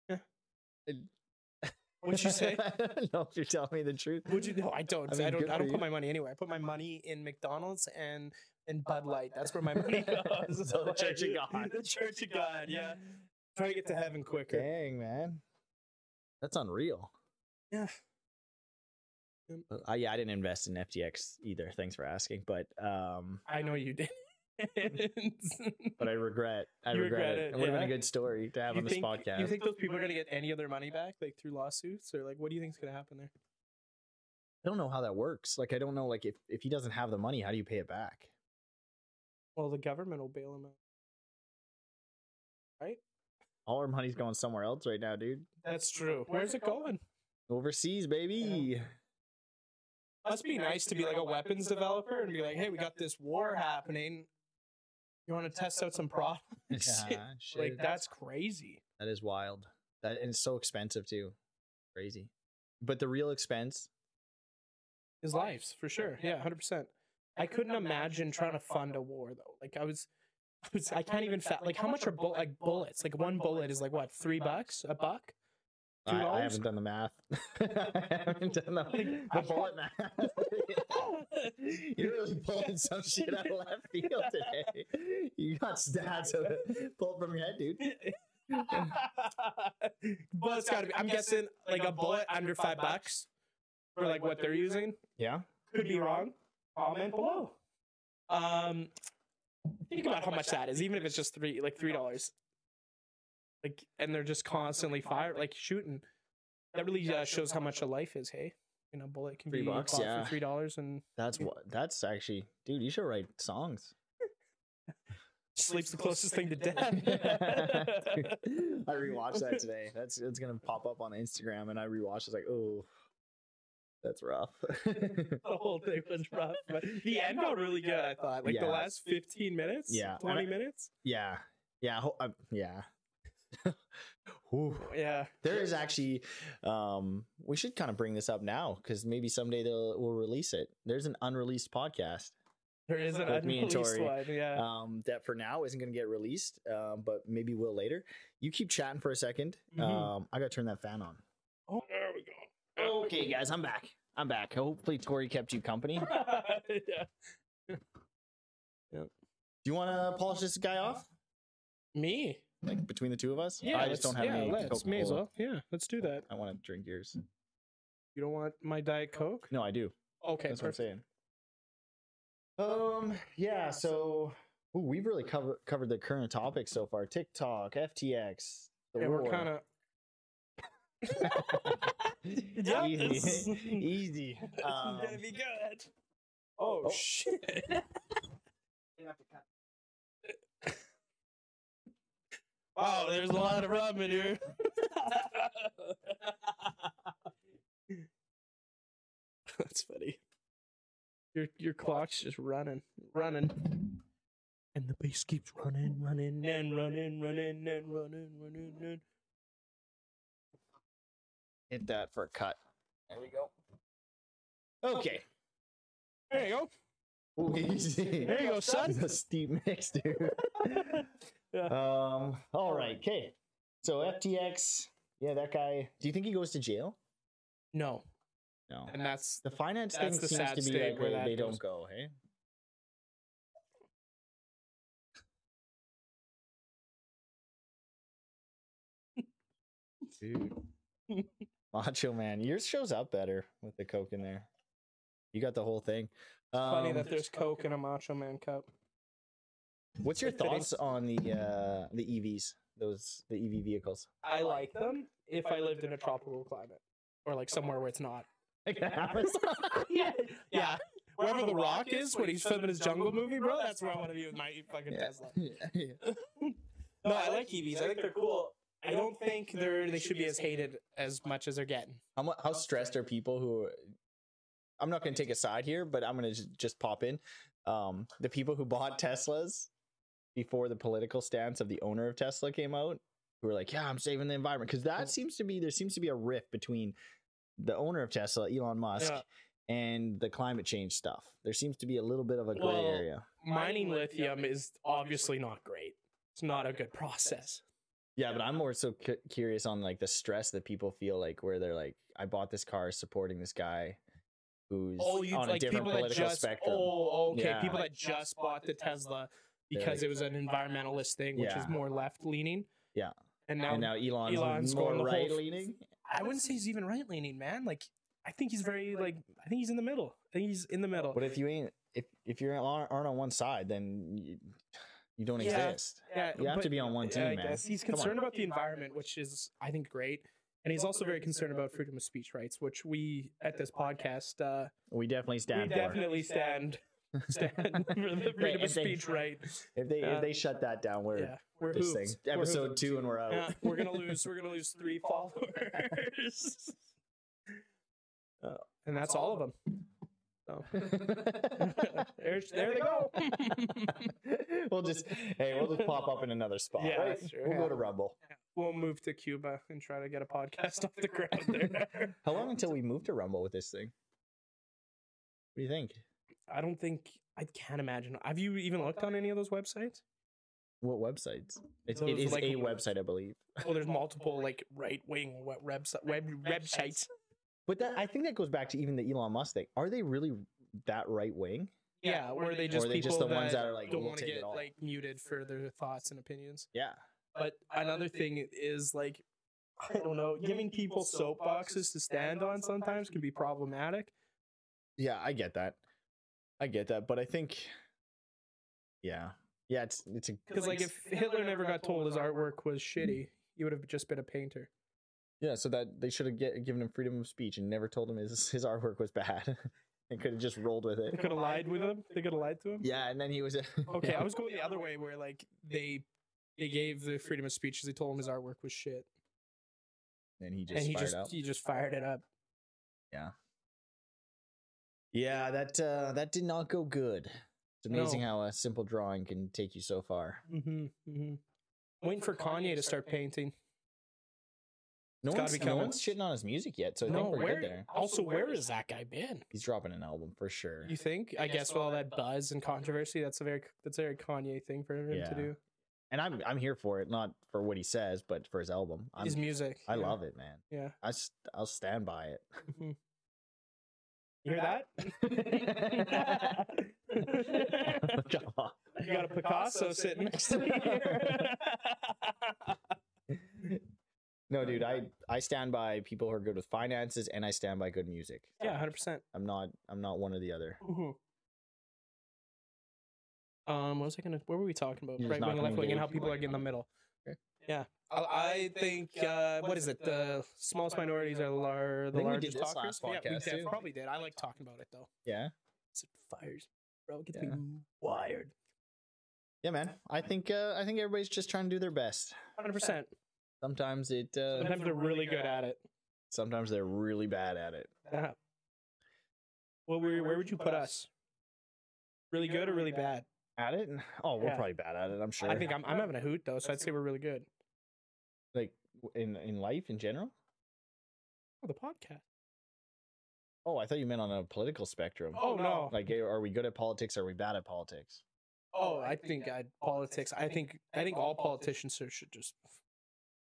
Yeah. What'd you say?
no, if you're telling me the truth.
Would you? No, I don't. I,
I mean,
don't.
good
I
for
don't
you.
put my money anywhere. I put my money in McDonald's and and Bud Light. That's where my money goes.
So Oh, the Church of God.
The Church of God. Yeah. Try to get to heaven quicker.
Dang, man. That's unreal.
Yeah. Um,
Uh, I, yeah, I didn't invest in FTX either. Thanks for asking, but um,
I know you did.
but I regret. I
You
regret,
regret it,
it. It would have been a
yeah.
good story to have on
you
this
think,
podcast.
you think those people are gonna get any of their money back, like through lawsuits, or like what do you think's gonna happen there?
I don't know how that works. Like, I don't know. Like, if if he doesn't have the money, how do you pay it back?
Well, the government will bail him out.
All our money's going somewhere else right now, dude.
That's true. Where's it going?
Overseas, baby.
Must be nice to be like a weapons developer and be like, hey, we got this war happening. You want to test out some products?
Yeah, shit.
like that's crazy.
That is wild. That and it's so expensive too. Crazy. But the real expense,
His lives for sure. Yeah, hundred percent. I couldn't imagine trying to fund a war though. Like I was, I, was, I can't even fa- like how much are bull like bullets? Like one bullet is like what three bucks a buck? Two
I, I
dollars?
haven't done the math. I haven't done the, the bullet math. You're really pulling some shit out of left field today. You got stats out of- pulled from your head, dude.
Bullet's gotta be. I'm guessing like a bullet under five bucks for like what they're using.
Yeah.
Could be wrong. Comment below. Um, think about how much that is, even if it's just three, like three dollars. Like, and they're just constantly fire, like shooting. That really uh, shows how much a life is. Hey, you know, bullet can
Three
be
bucks,
bought
yeah.
for three dollars and
That's what. That's actually, dude. You should write songs.
sleeps the closest thing to death.
I rewatched that today. That's it's gonna pop up on Instagram, and I rewatched. It's like, oh, that's rough.
the whole thing was rough, but the end got really good. I thought, like
Yeah.
the last fifteen minutes,
Yeah.
twenty
And
minutes,
yeah, yeah, ho- uh, yeah. Whew.
yeah.
There is actually, um, we should kind of bring this up now because maybe someday they'll we'll release it. There's an unreleased podcast
There is an
With me and
unreleased one,
Tori.
yeah.
um, that for now isn't going to get released, um, but maybe will later. You keep chatting for a 2nd
Mhm.
Um, I got to turn that fan on.
oh, there we go.
Okay, guys, I'm back. I'm back. Hopefully, Tori kept you company. Do
yeah.
you want to polish this guy off?
Me?
Like between the two of us?
Yeah,
I just don't
let's-
have
yeah,
any.
Let's, may as
Coca-Cola.
well. Yeah, let's do that.
I want to drink yours.
You don't want my diet coke?
No, I do.
Okay,
That's
perfect.
what I'm saying. Um, yeah. So ooh, we've really covered covered the current topics so far. TikTok, FTX, the
Yeah,
war.
we're kind of. Yeah,
easy.
it's-
easy. Um,
be good. Oh,
oh.
shit! Wow, there's a lot of rum in here. That's funny. Your your clock's just running, running, and the bass keeps running, running, and running, running, and running, running, and.
hit that for a cut. There we go. Okay.
There you go.
Ooh, easy.
There you go, son.
That's a steep mix, dude.
Yeah.
Um. All right. Okay. So FTX. Yeah, that guy. Do you think he goes to jail?
No,
No.
and that's
The finance
That's
thing
the
seems
sad
to be
state
like
where
they,
that
they don't
goes.
go. Hey. Dude. Macho Man, yours shows up better with the Coke in there. You got the whole thing. Um,
funny that there's Coke in a Macho Man cup.
What's your
It fitting.
thoughts on the uh the EVs? Those the EV vehicles.
I like them if I lived in a tropical climate or like somewhere where it's not. yeah, yeah. Wherever the Rock is when he's filming his jungle movie, bro, that's where I want to be with my fucking
Yeah.
Tesla.
yeah.
No, I like EVs. I think they're cool. I don't think they're they should be as hated as much as they're getting.
How mu- how stressed are people who? I'm not going to take a side here, but I'm going to just pop in. Um, the people who bought Teslas before the political stance of the owner of Tesla came out, who were like, "Yeah, I'm saving the environment," because that seems to be there seems to be a rift between the owner of Tesla, Elon Musk,
Yeah.
and the climate change stuff. There seems to be a little bit of a gray
Well,
area.
Mining lithium is obviously not great. It's not a good process.
Yeah, but I'm more so cu- curious on like the stress that people feel like where they're like, I bought this car supporting this guy who's
Oh, you
on
like
a different
people that
political
just
spectrum.
oh okay
Yeah.
people that just bought the Tesla
They're
because
like-
it was an environmentalist thing, which
Yeah.
is more left leaning.
Yeah.
and now,
and now Elon's,
Elon's
more
going the whole-
right leaning.
I wouldn't say he's even right leaning, man. Like I think he's very like I think he's in the middle. I think he's in the middle.
But if you ain't, if if you aren't aren't on one side, then you, you don't
Yeah.
exist.
yeah,
You have
but-
to be on one team,
yeah, I
man.
guess. He's
Come on.
concerned about the environment, which is I think great, and he's also very concerned about freedom of speech rights, which we at this podcast uh,
We definitely
we
stand for. it.
definitely stand stand for the freedom of
if they-
speech right.
If they
uh,
if they shut that down, we're
Yeah, we're
this
hooped.
thing.
We're
Episode
hooped.
two, and we're out.
Yeah, we're gonna lose. We're gonna lose three followers, uh, and that's all of them. So there, there they go.
we'll just hey, we'll just pop up in another spot.
Yeah,
right?
that's true.
We'll
Yeah.
go to Rumble.
We'll move to Cuba and try to get a podcast off the ground there.
How long until we move to Rumble with this thing? What do you think?
I don't think I can't imagine. Have you even looked on any of those websites?
What websites? It's, it
Those,
is
like,
a website, I believe.
Oh, there's multiple like right wing web web websites.
But that I think that goes back to even the Elon Musk thing. Are they really that right wing?
Yeah, where they just
Or are they
people
just the ones that are like,
don't
"We'll
want to
take it
get
all."
like muted for their thoughts and opinions.
Yeah.
But another thing is like, I don't know, giving people soapboxes to stand on sometimes can be problematic.
Yeah, I get that. I get that, but I think yeah. Yeah, it's it's a
Because like, if Hitler never got told his artwork was shitty, he would have just been a painter.
yeah, so that they should have get, given him freedom of speech and never told him his his artwork was bad. and could have just rolled with
They
it.
could have lied with him. They could have lied to him.
Yeah, and then he was
Okay, I was going the other way where like they they gave the freedom of speech because they told him his artwork was shit,
and he just
and he
fired
just
up.
he just fired it up.
Yeah, that uh that did not go good. It's
No.
amazing how a simple drawing can take you so far.
Mm-hmm, mm-hmm. Waiting for Kanye to start painting.
No
It's gotta
one's,
be
no
coming.
one's shitting on his music yet, so I
No,
think we're
where?
good there.
Also, where has that guy been?
He's dropping an album for sure.
You think? I guess with all that buzz and controversy, that's a very that's a very Kanye thing for him
Yeah.
to do.
And I'm I'm here for it, not for what he says, but for his album. I'm,
His music.
I love it, man.
Yeah. Mm-hmm.
I s- I'll stand by it.
You hear that?
God.
You got a Picasso sitting next to me.
No, dude, I I stand by people who are good with finances, and I stand by good music.
yeah, hundred percent. Mm-hmm.
I'm not I'm not one or the other.
Um, what was I gonna? What were we talking about?
You're
Right
just not
wing,
gonna
left wing, and how
engage
people
with
are getting the middle.
Okay.
Yeah, Oh, I, I think uh, what is it? The smallest minorities are lar- the
think we
largest
did this
talkers.
last
yeah, we
podcast,
def-
too.
probably did. I like talking about it though.
Yeah,
It's fires, bro. It gets
Yeah.
me wired.
yeah, man. I think uh, I think everybody's just trying to do their best.
Hundred percent.
Sometimes it uh,
Sometimes they're really good at it.
sometimes they're really bad at it.
Yeah. Well, where, where would you put us? Really good or really bad?
At it? Oh, we're
Yeah.
probably bad at it. I'm sure.
I think I'm, I'm having a hoot though, so I'd say we're really good.
like in in life in general.
Oh, the podcast.
Oh, I thought you meant on a political spectrum.
Oh no.
Like, eh, are we good at politics? Are we bad at politics?
Oh, I think I politics. I think I think all politicians should should just.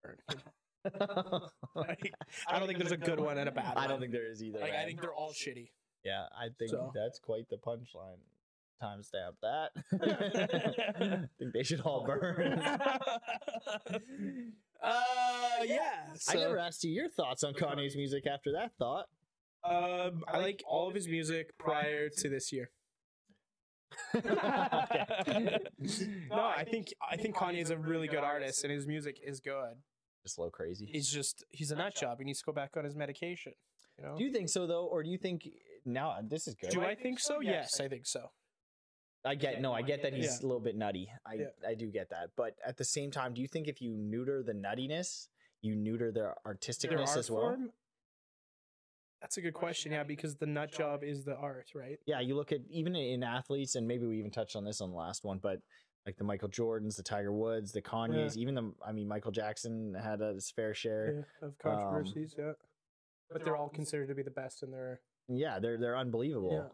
burn. Like, I don't think there's a good one and a bad one.
I don't think there is either.
Like, I
man.
think they're all shitty.
yeah, I think
So.
that's quite the punchline. Timestamp that. I think they should all burn.
uh, yeah. So,
I never asked you your thoughts on Kanye's music after that thought.
um, I like all of his music prior to this year. no, I think I think Kanye's a really good artist, and his music is good.
Just low crazy.
He's just he's a nut job. He needs to go back on his medication. You know?
Do you think so though, or do you think now uh, this is good?
Do I think so? Yes, I think so.
I get no, I get that he's a little bit nutty. I
Yeah.
I do get that, but at the same time, do you think if you neuter the nuttiness, you neuter their
Their
artisticness
art
as well?
form? That's a good question. Yeah, because the nut job is the art, right?
Yeah, you look at even in athletes, and maybe we even touched on this on the last one, but like the Michael Jordans, the Tiger Woods, the Kanyes, even the I mean Michael Jackson had his fair share.
Of controversies, yeah. But they're all considered to be the best in their.
Yeah, they're they're unbelievable.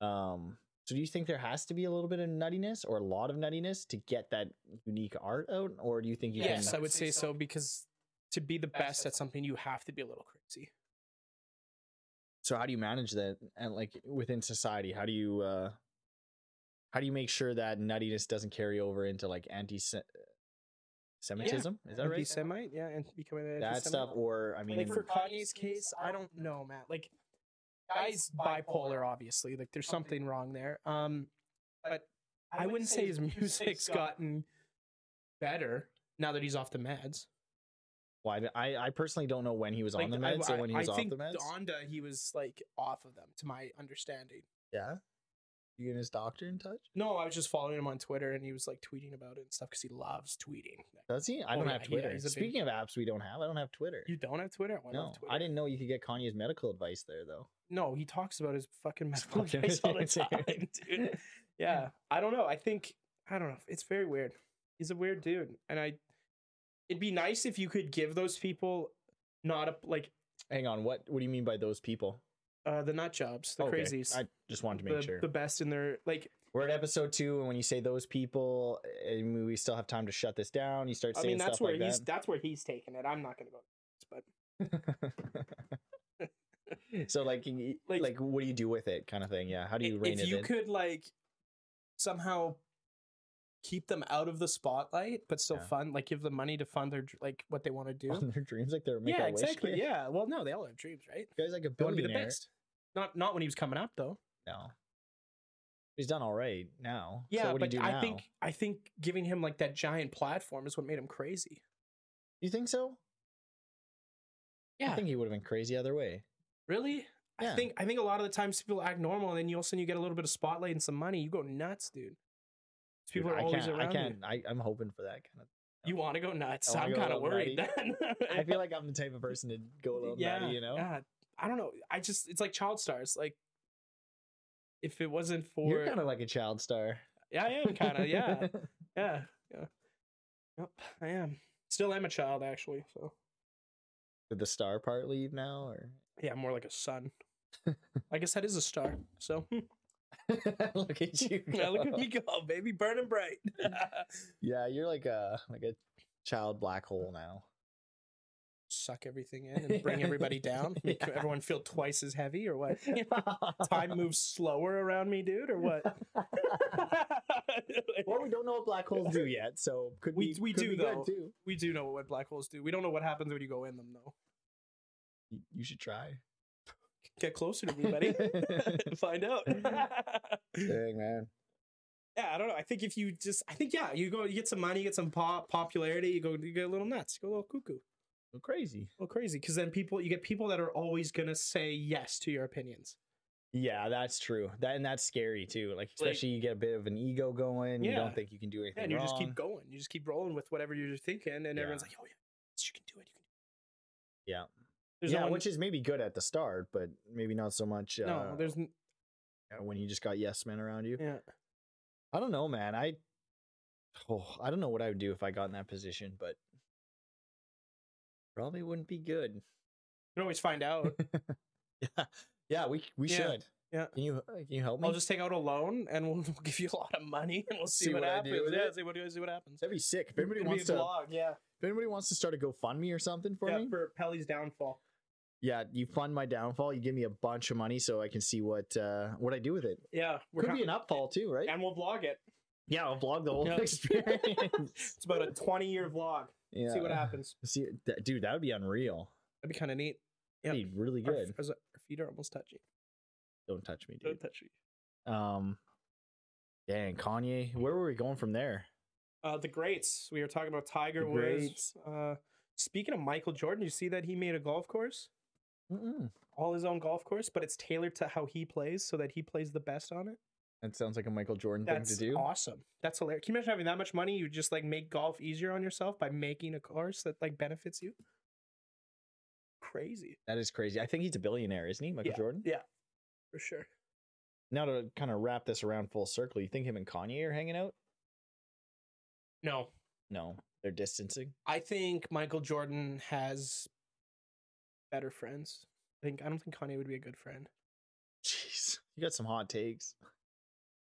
Um, so do you think there has to be a little bit of nuttiness or a lot of nuttiness to get that unique art out, or do you think you
Yes,
can?
I would say so because to be the best at something, you have to be a little crazy.
so how do you manage that and like within society how do you uh how do you make sure that nuttiness doesn't carry over into like anti semitism is that right
Anti-Semite, yeah, and becoming an
that
anti-Semite.
stuff or i mean
like for Kanye's case, I don't know, Matt. Like, guy's bipolar, obviously. Like, there's something wrong there. Um, but I wouldn't say his music's gotten better now that he's off the meds.
why did- I, I personally don't know when he was on the
Like,
meds
I,
or when he
I-
was
I
off
think
the meds
Donda, he was like off of them, to my understanding.
yeah you and his doctor in touch
No, I was just following him on Twitter, and he was like tweeting about it and stuff because he loves tweeting.
does he i
Oh,
don't
yeah,
have
yeah,
twitter
he's a big-
speaking of apps we don't have i don't have twitter
You don't have Twitter? I
no
love Twitter.
i didn't know you could get kanye's medical advice there though
No, he talks about his fucking medical
fucking
advice all the
amazing.
time, dude. Yeah, I don't know. I think I don't know. It's very weird. He's a weird dude, and I. It'd be nice if you could give those people, not a like
hang on what what do you mean by those people
uh, the nut jobs, the
Okay,
crazies,
i just wanted to make
the,
sure
the best in their like.
We're at episode two, and when you say those people, eh, I mean, we still have time to shut this down. You start
I
saying
mean, that's
stuff
where
like
he's
that.
that's where he's taking it. I'm not gonna go. But
so, like, y- like,
Like-
what do you do with it, kind of thing? Yeah, how do you
i-
rein
if
it
you
in?
could like somehow keep them out of the spotlight, but still
Yeah.
fund like give them money to fund their dr- like what they want to do.
on their dreams, like they're make
yeah,
a wish.
exactly.
kid.
Yeah. Well, no, they all have dreams, right?
guy's like a
They want to be the
billionaire.
best. Not not when he was coming up though.
No, he's done all right now.
Yeah,
so what
but
do you do
I
now?
think I think giving him like that giant platform is what made him crazy.
you think so.
Yeah.
I think he would have been crazy either way.
Really? I
Yeah.
think I think a lot of the times people act normal, and then you all of a sudden you get a little bit of spotlight and some money, you go nuts, dude. These People
Dude,
are
I
always
can't,
around
I
you.
can't. I, I'm hoping for that kind of.
You want to go nuts?
I wanna
I'm
go a
kind of
little
worried. Then.
I feel like I'm the type of person to go a little nutty, you know.
yeah. I don't know. I just it's like child stars. Like if it wasn't for
You're kind of like a child star.
yeah, I am kind of yeah, yeah, yeah. Yep, I am. Still am a child actually. So
Did the star part leave now, or
yeah, more like a son. I guess that is a star. So hmm.
look at you?
yeah, look at
go.
me go, baby, burning bright.
Yeah, you're like a like a child black hole now.
Suck everything in and bring everybody down. Make
Yeah.
everyone feel twice as heavy, or what? Time moves slower around me, dude, or what?
well, we don't know what black holes do yet, so could
We-
be,
we
could
do,
be good,
though.
too.
we do know what black holes do. We don't know what happens when you go in them, though.
You- You should try.
Get closer to me, buddy. Find out. yeah,
Dang man.
I don't know. I think if you just, I think yeah, you go, you get some money, you get some pop popularity, you go, you get a little nuts, you go a little cuckoo,
Go crazy.
a little crazy, because then people, you get people that are always gonna say yes to your opinions.
Yeah, that's true. That and that's scary too. Like
Like-
especially you get a bit of an ego going. You
Yeah.
don't think you can do
Yeah,
anything.
and you just keep
wrong.
going. You just keep rolling with whatever you're thinking, and everyone's
Yeah.
like, "Oh yeah, yes, you can do it. You can." Do it.
Yeah.
There's
yeah,
no one,
which is maybe good at the start, but maybe not so much. Uh,
no. There's n-
uh, when you just got yes men around you.
yeah.
I don't know, man. I oh, I don't know what I would do if I got in that position, but probably wouldn't be good.
You can always find out.
yeah, yeah, we we
Yeah,
should.
yeah.
Can you uh, can you help me?
I'll just take out a loan, and we'll, we'll give you a lot of money, and we'll see,
See
what,
what I do
happens.
with
Yeah,
it.
see what see what happens.
That'd be sick.
It'd
If anybody
be a
wants to,
vlog, yeah,
if anybody wants to start a GoFundMe or something for
yeah,
me,
for Pelly's downfall.
yeah, you fund my downfall. You give me a bunch of money so I can see what uh what I do with it.
Yeah,
Could
ha-
be an upfall too, right?
and we'll vlog it.
Yeah, I'll vlog the whole
Yeah.
experience.
It's about a 20 year vlog.
yeah.
See what happens.
See, th- dude, that would be unreal.
That'd be kind of neat. Yep.
That'd be really
Our,
good.
f- our feet are almost touching.
Don't touch me,
Don't
dude.
touch me.
Um, dang, Kanye, where were we going from there?
Uh, the greats. We were talking about Tiger
The
Woods.
greats.
Uh, speaking of Michael Jordan, you see that he made a golf course,
Mm-mm.
all his own golf course, but it's tailored to how he plays, so that he plays the best on it.
That sounds like a Michael Jordan
That's
thing to do.
awesome. That's hilarious. Can you imagine having that much money? You just like make golf easier on yourself by making a course that like benefits you. Crazy
That is crazy. I think he's a billionaire, isn't he, Michael Jordan?
for sure.
Now to kind of wrap this around full circle, you think him and Kanye are hanging out?
No,
No, they're distancing.
I think Michael Jordan has better friends. I think I don't think Kanye would be a good friend.
Jeez, you got some hot takes.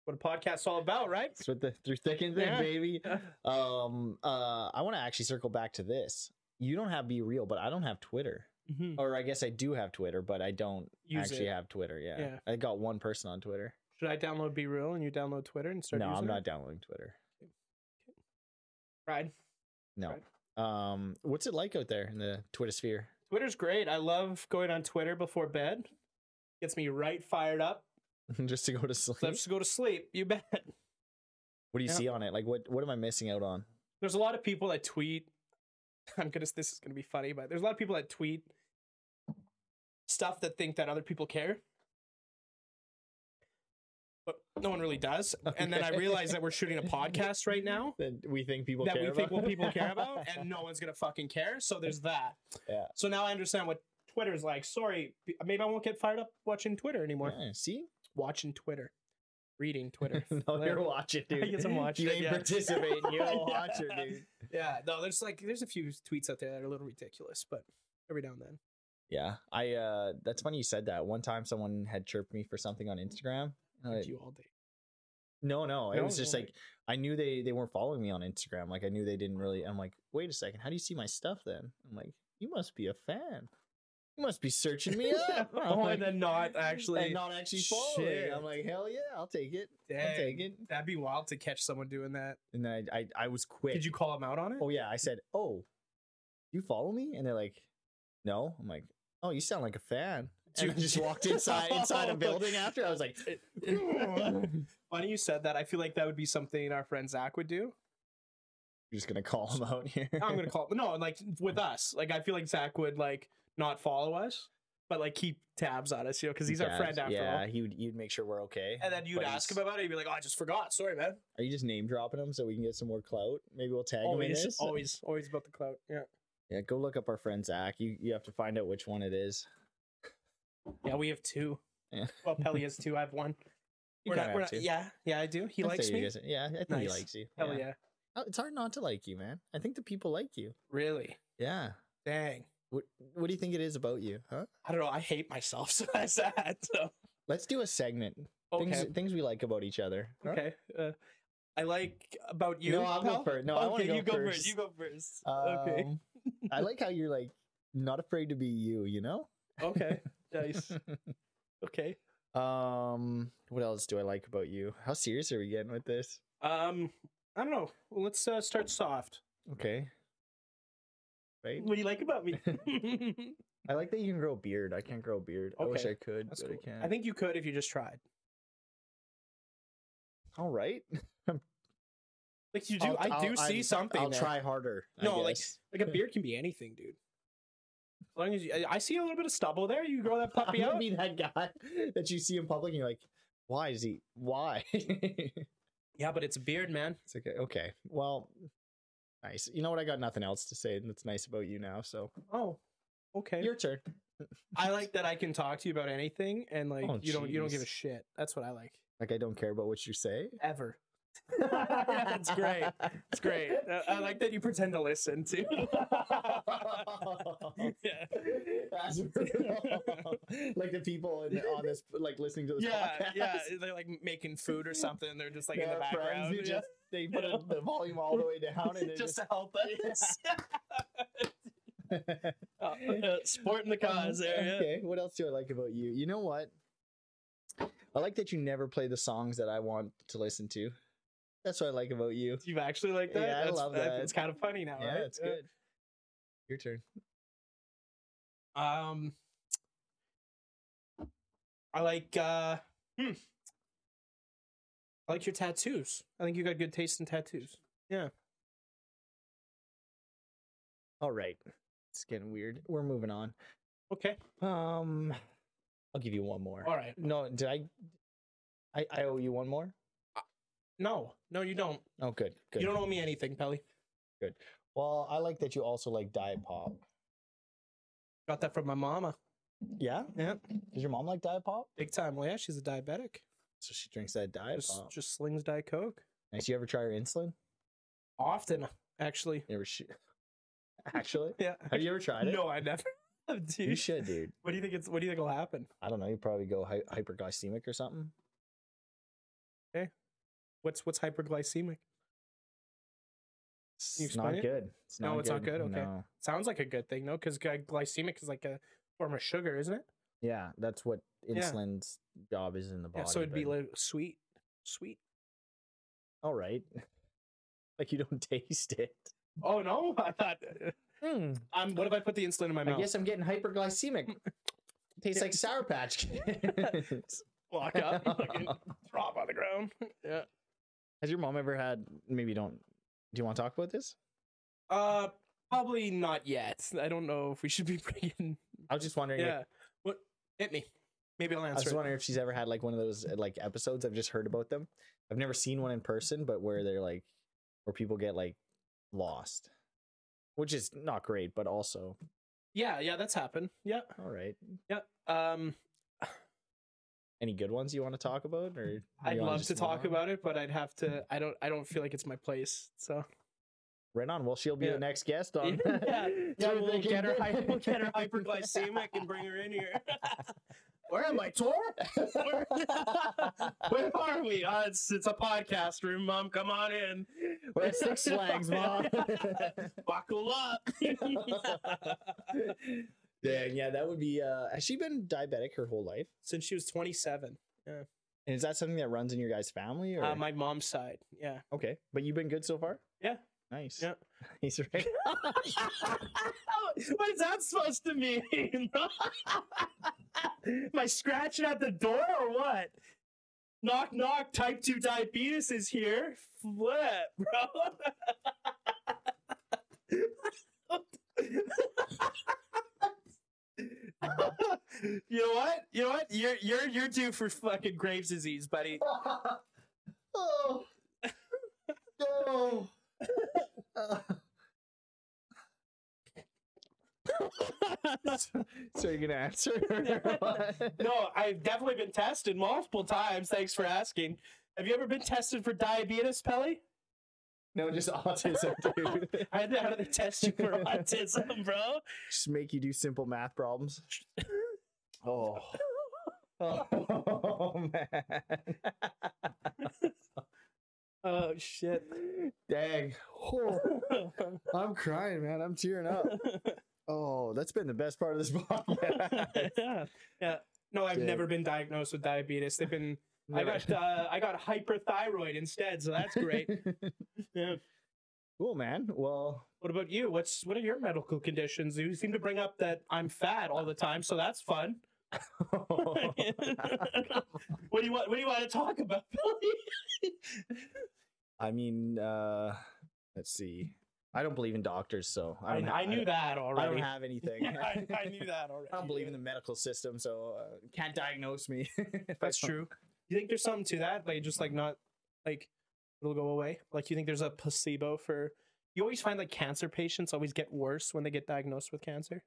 What a podcast's all about, right?
It's with the through thick and thin,
Yeah.
baby. Um, uh, I want to actually circle back to this. You don't have Be Real, but I don't have Twitter.
Mhm.
Or I guess I do have Twitter, but I don't
Use
actually
it.
have Twitter. Yeah.
Yeah.
I got one person on Twitter.
Should I download Be Real and you download Twitter and start?
no,
using
I'm not
It?
downloading Twitter.
Pride.
No.
Right.
Um, what's it like out there in the Twitter sphere?
Twitter's great. I love going on Twitter before bed. Gets me right fired up.
Just to go to sleep.
Let's go to sleep. You bet.
What do you
Yeah.
see on it? Like, what what am I missing out on?
there's a lot of people that tweet. I'm gonna. This is gonna be funny, but there's a lot of people that tweet stuff that think that other people care, but no one really does. And then I
Okay.
realize that we're shooting a podcast right now
That we think people
that
care
we think
about?
what people care about, and no one's gonna fucking care. So there's that.
Yeah.
So now I understand what Twitter's like. Sorry, b- maybe I won't get fired up watching Twitter anymore.
Yeah, see,
Watching Twitter, reading Twitter.
no, you're watching, dude.
guess I'm watching
You
it,
ain't
yeah.
participating. You're a
Yeah.
watcher, dude.
yeah. No, there's like there's a few tweets out there that are a little ridiculous, but every now and then.
Yeah, I. uh That's funny you said that. One time, someone had chirped me for something on Instagram. and I-
you all day.
No, no, it
No,
was just
no,
like I knew they they weren't following me on Instagram. Like I knew they didn't really. I'm like, wait a second, how do you see my stuff then? I'm like, you must be a fan. You must be searching me up. I'm
oh,
like,
and then not
and
actually.
not actually following.
Shit.
I'm like, hell yeah, I'll take it. I'll
Dang.
take it.
That'd be wild to catch someone doing that.
And then I, I, I was quick.
Did you call him out on it?
Oh yeah, I said, oh, you follow me? And they're like, no. I'm like, oh, you sound like a fan. And I
Dude.
just walked inside inside a
Oh.
building after. I was like,
Funny you said that. I feel like that would be something our friend Zach would do.
You're just gonna call him out here.
I'm gonna call. No, like with us. Like I feel like Zach would like not follow us, but like keep tabs on us, you know, because he's our
Yeah,
friend after
yeah,
all.
he would you'd make sure we're okay.
And then you'd
But
ask him
he's-
about it. He'd be like, "Oh, I just forgot. Sorry, man."
Are you just name dropping him so we can get some more clout? Maybe we'll tag him in
Always,
this.
always, always about the clout. Yeah.
Yeah, go look up our friend Zach. You you have to find out which one it is.
Yeah, we have two.
Yeah.
Well, Pelly has two. I have one.
You
We're
kinda
not, we're
have
not,
to.
yeah, yeah, I do. He
I'd
likes
say
me.
you guys- yeah, I think he
Nice.
likes you.
Hell yeah.
Oh, It's hard not to like you, man. I think the people like you.
Really?
Yeah.
Dang.
What What do you think it is about you, huh?
I don't know. I hate myself, so that's sad. So.
Let's do a segment.
Okay.
Things Things we like about each other. huh?
Okay. Uh, I like about you.
No, I'll go
pal?
first. No,
okay,
I wanna go
you go first.
first.
You go first. okay.
Um, I like how you're like not afraid to be you. You know.
Okay. Nice. Okay.
Um. What else do I like about you? How serious are we getting with this?
Um, I don't know. Well, let's uh, start soft.
Okay. Right.
What do you like about me? That's
I like that you can grow a beard. I can't grow a beard. I wish
Okay,
I could, but
cool.
I can't.
I think you could if you just tried.
All right.
Like you do. i do see something.
I'll
there.
try harder. I
No, like-
guess.
Like a beard can be anything, dude. As long as you, I, I see a little bit of stubble there. You grow that
I'm
puppy
gonna
out.
be that guy that you see in public and you're like, why is he? Why? it's
Yeah, but it's a beard, man.
okay. Okay. Well, nice. You know what? I got nothing else to say that's nice about you now. So
Oh, okay.
your turn.
I like that I can talk to you about anything, and like
Oh,
you don't you don't give a
jeez.
shit. That's what I like.
Like I don't care about what you say.
Ever. That's great. It's great. Uh, I like that you pretend to listen too. yeah.
That's real. like the people in on this, like listening to this
Yeah,
podcast.
yeah. They're like making food or something. They're just like in the
Their friends
background.
who
yeah.
just- they put a- the volume all the way down and they're
just, to
just,
help us. uh, uh, sporting the cause there. Yeah.
Um, Okay, what else do I like about you? You know what? I like that you never play the songs that I want to listen to. That's what I like about you.
You actually like that?
Yeah, I
That's-
love that.
It's kind of funny now,
yeah,
right?
it's good. Your turn.
Um, I like uh, hmm. I like your tattoos. I think you got good taste in tattoos.
All right. It's getting weird. We're moving on.
Okay.
Um, I'll give you one more.
All right.
No, did I? I I owe you one more.
No, no, you don't.
Oh, good, good.
You don't owe me anything, Pelly.
well, I like that you also like diet pop.
Got that from my mama.
Yeah,
Yeah,
does your mom like diet pop?
big time. Well, yeah, she's a diabetic.
So she drinks that diet
Just,
pop.
just slings Diet Coke.
Nice. You ever try her insulin?
Often, actually.
You ever sh- Actually,
Yeah.
have you ever tried it?
No, I never. Dude,
You should, dude.
What do you think? It's what do you think will happen?
I don't know. You probably go hy- hyperglycemic or something.
What's what's hyperglycemic? you
It's
explain
not
it?
good. It's
No, it's not good? Okay.
No.
Sounds like a good thing, no? Because glycemic is like a form of sugar, isn't it?
Yeah, that's what
Yeah.
insulin's job is in the body.
yeah. So it'd be
but-
like sweet, sweet.
all right. like you don't taste it.
Oh no! I thought. Um, what if I put the insulin in my
I
mouth?
guess I'm getting hyperglycemic. Tastes
Yeah.
like Sour Patch Kids.
Walk up, fucking drop on the ground. Yeah.
Has your mom ever had? Maybe don't. Do you want to talk about this?
Uh, probably not yet. I don't know if we should be bringing.
I was just wondering. If,
Yeah. What? Hit me. Maybe I'll
I was
answer.
just
it.
wondering if she's ever had like one of those uh, like episodes. I've just heard about them. I've never seen one in person, but where they're like, where people get like lost, which is not great, but also
Yeah, yeah, that's happened. Yeah,
all right.
yeah. Um,
Any good ones you want to talk about, or do
I'd
you wanna
love
just
to
move
talk
on?
about it, but I'd have to. I don't. I don't feel like it's my place. So
Right on. Well, she'll be
Yeah.
the next guest on.
Yeah, yeah, yeah,
Through
we'll
Thick
get her.
and
hy-
Thin.
We'll get her hyperglycemic and bring her in here. Where am I, Tor? Where, where are we? Uh, it's it's a podcast room, Mom. Come on in.
We're at Six Flags, Mom.
Buckle up.
Dang, yeah, that would be. Uh, has she been diabetic her whole life?
since she was 27.
And is that something that runs in your guys' family? Or
Uh, my mom's side. Yeah.
okay, but you've been good so far.
Yeah.
Nice.
Yeah.
He's right.
what is that supposed to mean? Am I scratching at the door or what? Knock, knock, type 2 diabetes is here. Flip, bro. you know what? You know what? You're you're you're due for fucking Graves disease, buddy.
oh. No. so you're gonna answer? or what?
No, I've definitely been tested multiple times. Thanks for asking. Have you ever been tested for diabetes, Pelly?
no, just autism, dude.
I had to, how do they test you for autism, bro?
just make you do simple math problems. Oh. Oh man.
Oh shit!
Dang. Oh, I'm crying, man. I'm tearing up. Oh, that's been the best part of this podcast.
yeah, yeah. No, I've
Shit.
never been diagnosed with diabetes. They've been. I got uh, I got hyperthyroid instead, so that's great. Yeah.
cool, man. Well,
What about you? What's what are your medical conditions? You seem to bring up that I'm fat all the time, so that's fun. what do you want? What do you want to talk about, Billy?
I mean, uh, let's see. I don't believe in doctors, so
I,
don't ha-
I knew that
I
already.
don't have anything.
I, I knew that already.
I don't believe in the medical system, so uh, can't diagnose me. if I
That's
don't-
true. You think there's something to that? Like just like not like it'll go away. Like you think there's a placebo for you always find like cancer patients always get worse when they get diagnosed with cancer.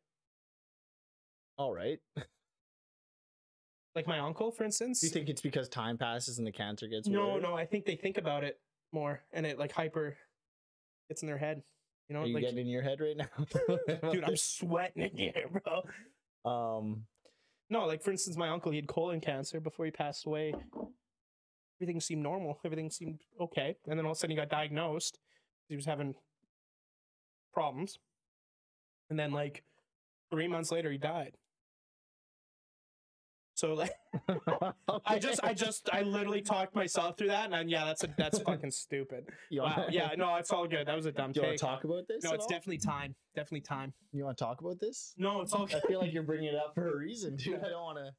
All right.
Like my uncle, for instance.
Do you think it's because time passes and the cancer gets
no,
worse?
no, I think they think about it more and it like hyper gets in their head. You know,
Are you
like
getting in your head right now?
dude, I'm sweating in here, bro.
Um,
No, like for instance, my uncle, he had colon cancer before he passed away. Everything seemed normal. Everything seemed okay. And then all of a sudden he got diagnosed. He was having problems. And then like three months later he died. So like I just I just I literally talked myself through that and then, yeah, that's a, that's fucking stupid.
You wanna,
Wow. Yeah, no, it's all good. That was a dumb
Do you want
take.
to talk about this?
No,
at
it's
all?
definitely time. Definitely time.
You want to talk about this?
No, it's all good.
I feel like you're bringing it up for a reason, dude. I don't want to.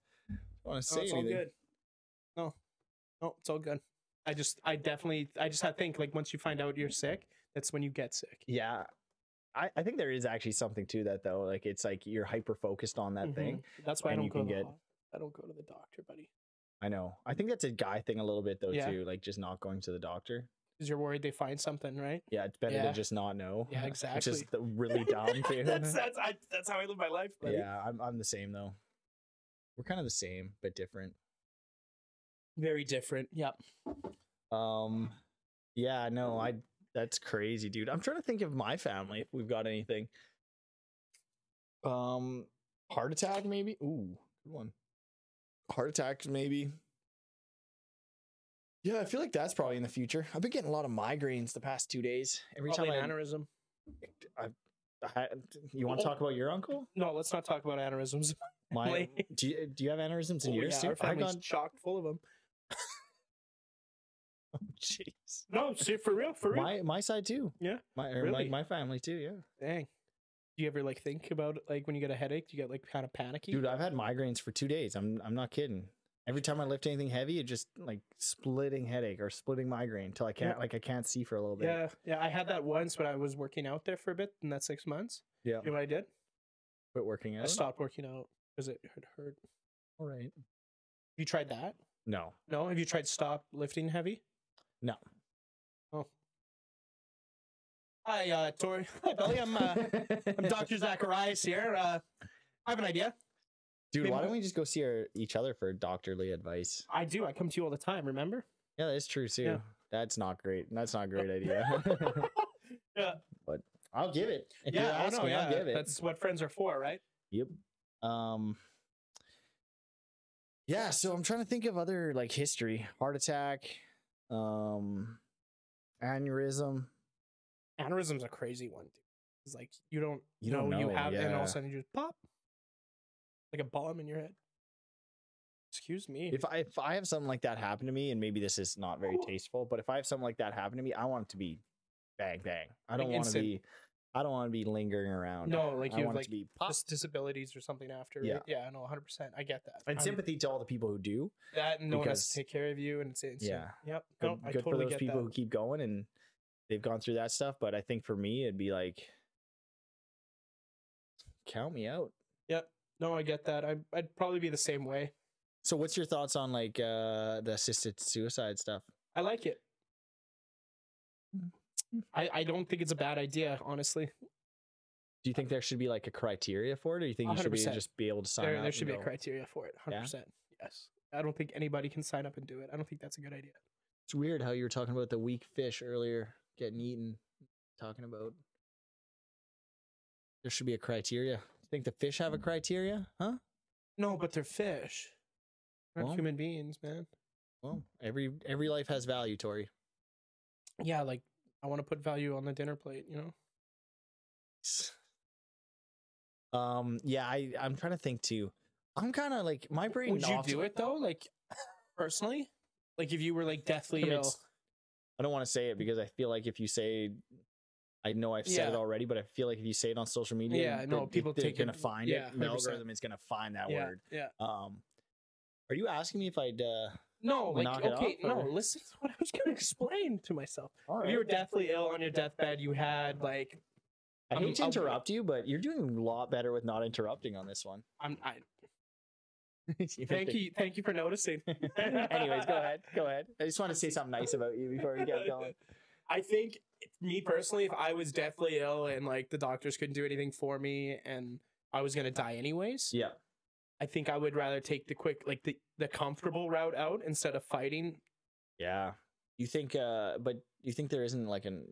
Want to
No, Oh,
say
it's all
anything?
good. No, no, it's all good. I just, I definitely, I just had think like once you find out you're sick, that's when you get sick.
Yeah, I, I think there is actually something to that though. Like it's like you're hyper focused on that thing.
Mm-hmm. That's why
And
I
you
don't go.
can
To the
get-
hos- I don't go to the doctor, buddy,
I know. I think that's a guy thing a little bit though
Mm-hmm. Yeah.
too. Like just not going to the doctor.
because you're worried they find something, right?
Yeah, it's better
Yeah.
to just not know.
Yeah,
Which is
exactly.
the- really dumb too.
that's that's I, that's how I live my life, buddy.
yeah, I'm I'm the same though. We're kind of the same but different.
Very different. Yep.
Um, yeah, no, I. That's crazy, dude. I'm trying to think of my family. If we've got anything. Um, heart attack maybe. Ooh, good one. Heart attack maybe. Yeah, I feel like that's probably in the future. I've been getting a lot of migraines the past two days. Every
Probably
time
an aneurysm.
I, I, you want to
Oh.
talk about your uncle?
No, let's not talk about aneurysms.
My,
Wait.
do you do you have aneurysms in
Oh,
yours
yeah,
too?
our
I
family's
got-
chocked full of them.
jeez.
No, see, for real, for real.
My my side too.
Yeah,
my or
really.
like my family too. Yeah.
Dang. Do you ever like think about like when you get a headache, do you get like kind of panicky?
Dude, I've had migraines for two days. I'm I'm not kidding. Every time I lift anything heavy, it just like splitting headache or splitting migraine till I can't
Yeah.
like I can't see for a little bit.
Yeah, yeah. I had that once when I was working out there for a bit in that six months.
yeah.
You know what I did?
Quit working out.
I stopped working out because it hurt, hurt. Have
All right.
you tried that?
No,
No. Have you tried stop lifting heavy? Oh.
no.
Hi, uh, Tori. Hi, Billy. I'm, uh, I'm Dr. Zacharias here. Uh, I have an idea.
Dude,
Maybe
why don't
my-
we just go see our, each other for doctorly advice?
I do. I come to you all the time. Remember?
Yeah, that's true too.
Yeah.
That's not great. That's not a great idea.
Yeah.
I'll give it. If
yeah.
you're
I know.
asking, I'll
Yeah.
give it.
That's what friends are for, right?
Yep. Um Yeah, so I'm trying to think of other like history. Heart attack, um aneurysm.
Aneurysm's a crazy one, dude. It's like you don't
You
know,
don't
you
know,
have, and all
yeah.
of a sudden you just pop. like a bomb in your head. Excuse me.
If I if I have something like that happen to me, and maybe this is not very tasteful, but if I have something like that happen to me, I want it to be bang bang. I don't
Like
want to
instant.
be. I don't want to be lingering around.
no, like
I
you have
want it
like
to be pop.
dis- disabilities or something after.
Yeah.
Yeah, right? yeah, no, 100. percent I get that.
And
I-
sympathy to all the people who do.
that and no one has
because-
to take care of you, and it's instant.
Yeah.
Yep.
Good,
no, I
good
totally
for those
get
people
that.
who keep going and they've gone through that stuff. But I think for me, it'd be like, count me out.
Yep. No, I get that. I, I'd probably be the same way.
So, what's your thoughts on like uh the assisted suicide stuff?
I like it.
Mm.
I, I don't think it's a bad idea, honestly.
Do you think there should be like a criteria for it, or you think you should be
100%.
just be able to sign
There,
up?
there
and
should be a
go?
criteria for it. 100%. Yes. I don't think anybody can sign up and do it. I don't think that's a good idea.
It's weird how you were talking about the weak fish earlier getting eaten. Talking about there should be a criteria. Think the fish have a criteria? Huh?
No, but they're fish. They're not
Well-
human beings, man.
Well, every every life has value, Tori.
Yeah, like I want to put value on the dinner plate, you know?
Um, yeah, I I'm trying to think too. I'm kind of like my brain.
Would you do it though? Like personally? Like if you were like deathly ill.
I don't want to say it because I feel like if you say, I know I've said it
Yeah.
already, but I feel like if you say it on social media,
Yeah, no,
they're-
people
they're
take
gonna
it-
find
yeah,
it. The
100%.
algorithm is gonna find that
Yeah,
word.
yeah.
Um, are you asking me if I'd? Uh,
No, like
Knock it
okay,
off,
no.
or-
Listen to what I was gonna explain to myself.
all
If you were deathly ill on your deathbed, you had like
I
I'm-
hate to
I'll-
interrupt you, but you're doing a lot better with not interrupting on this one.
I'm. I thank you, thank you for noticing.
Anyways, go ahead. Go ahead. I just want to say something nice about you before we get going.
I think me personally, if I was deathly ill and like the doctors couldn't do anything for me and I was gonna die anyways,
Yeah.
I think I would rather take the quick, like the the comfortable route out instead of fighting.
Yeah. You think uh but you think there isn't like an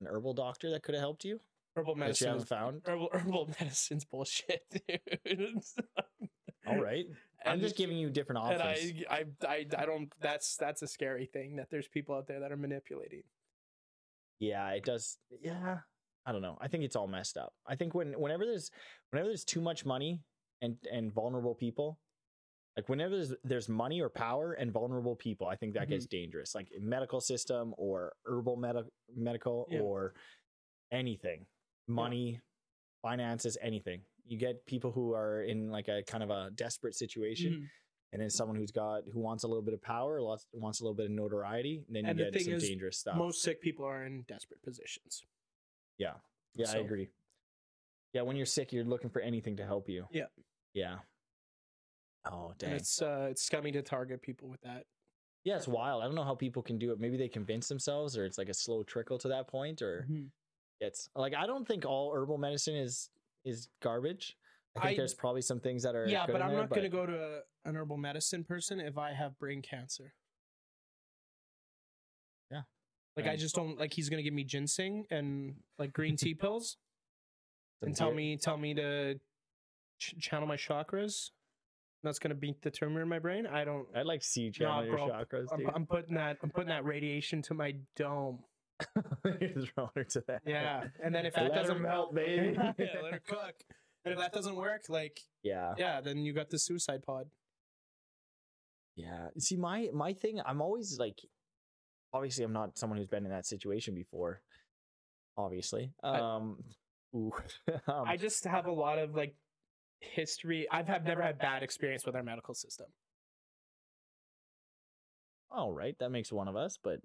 an herbal doctor that could have helped you?
Herbal
That you
medicine.
haven't
Is,
found?
herbal, herbal medicine's bullshit, dude.
All right. I'm
And-
just giving you different options.
and I, I, I, I don't. That's that's a scary thing that there's people out there that are manipulating.
yeah, it does yeah. I don't know. I think it's all messed up. I think when whenever there's whenever there's too much money and and vulnerable people, like whenever there's there's money or power and vulnerable people, I think that gets
Mm-hmm.
dangerous. Like medical system or herbal medi- medical
Yeah.
or anything, money, finances, anything. You get people who are in like a kind of a desperate
Mm.
situation, and then someone who's got who wants a little bit of power, lots, wants a little bit of notoriety, and then
And
you
the
get
thing
some
is,
dangerous stuff.
Most sick people are in desperate positions.
Yeah, I
So-
agree. Yeah, when you're sick, you're looking for anything to help you.
Yeah.
Yeah. Oh,
And
dang.
it's uh, it's scummy to target people with that.
Yeah, it's wild. I don't know how people can do it. Maybe they convince themselves or it's like a slow trickle to that point or
Mm-hmm.
it's like I don't think all herbal medicine is is garbage. I think
I-
there's probably some things that are
Yeah,
good
but
in
I'm
there,
not going to go to an herbal medicine person if I have brain cancer.
Yeah.
Like I
Right.
just don't like he's going to give me ginseng and like green tea pills
some
and tell
weird-
me tell me to ch- channel my chakras. That's going to beat the tumor in my brain. I don't
I'd like to see you channel your
bro.
chakras,
I'm,
dude.
I'm putting that I'm putting that radiation to my dome.
You're throwing her to that.
Yeah. And then if that
Let 'em
doesn't
melt, baby.
yeah, let her cook. And if that doesn't work, like
yeah.
yeah, then you got the suicide pod.
Yeah. See, my my thing, I'm always like, obviously, I'm not someone who's been in that situation before. Obviously,
I-
um, ooh, um,
I just have a lot of like history. I've have never had bad experience with our medical system.
all right, that makes one of us, but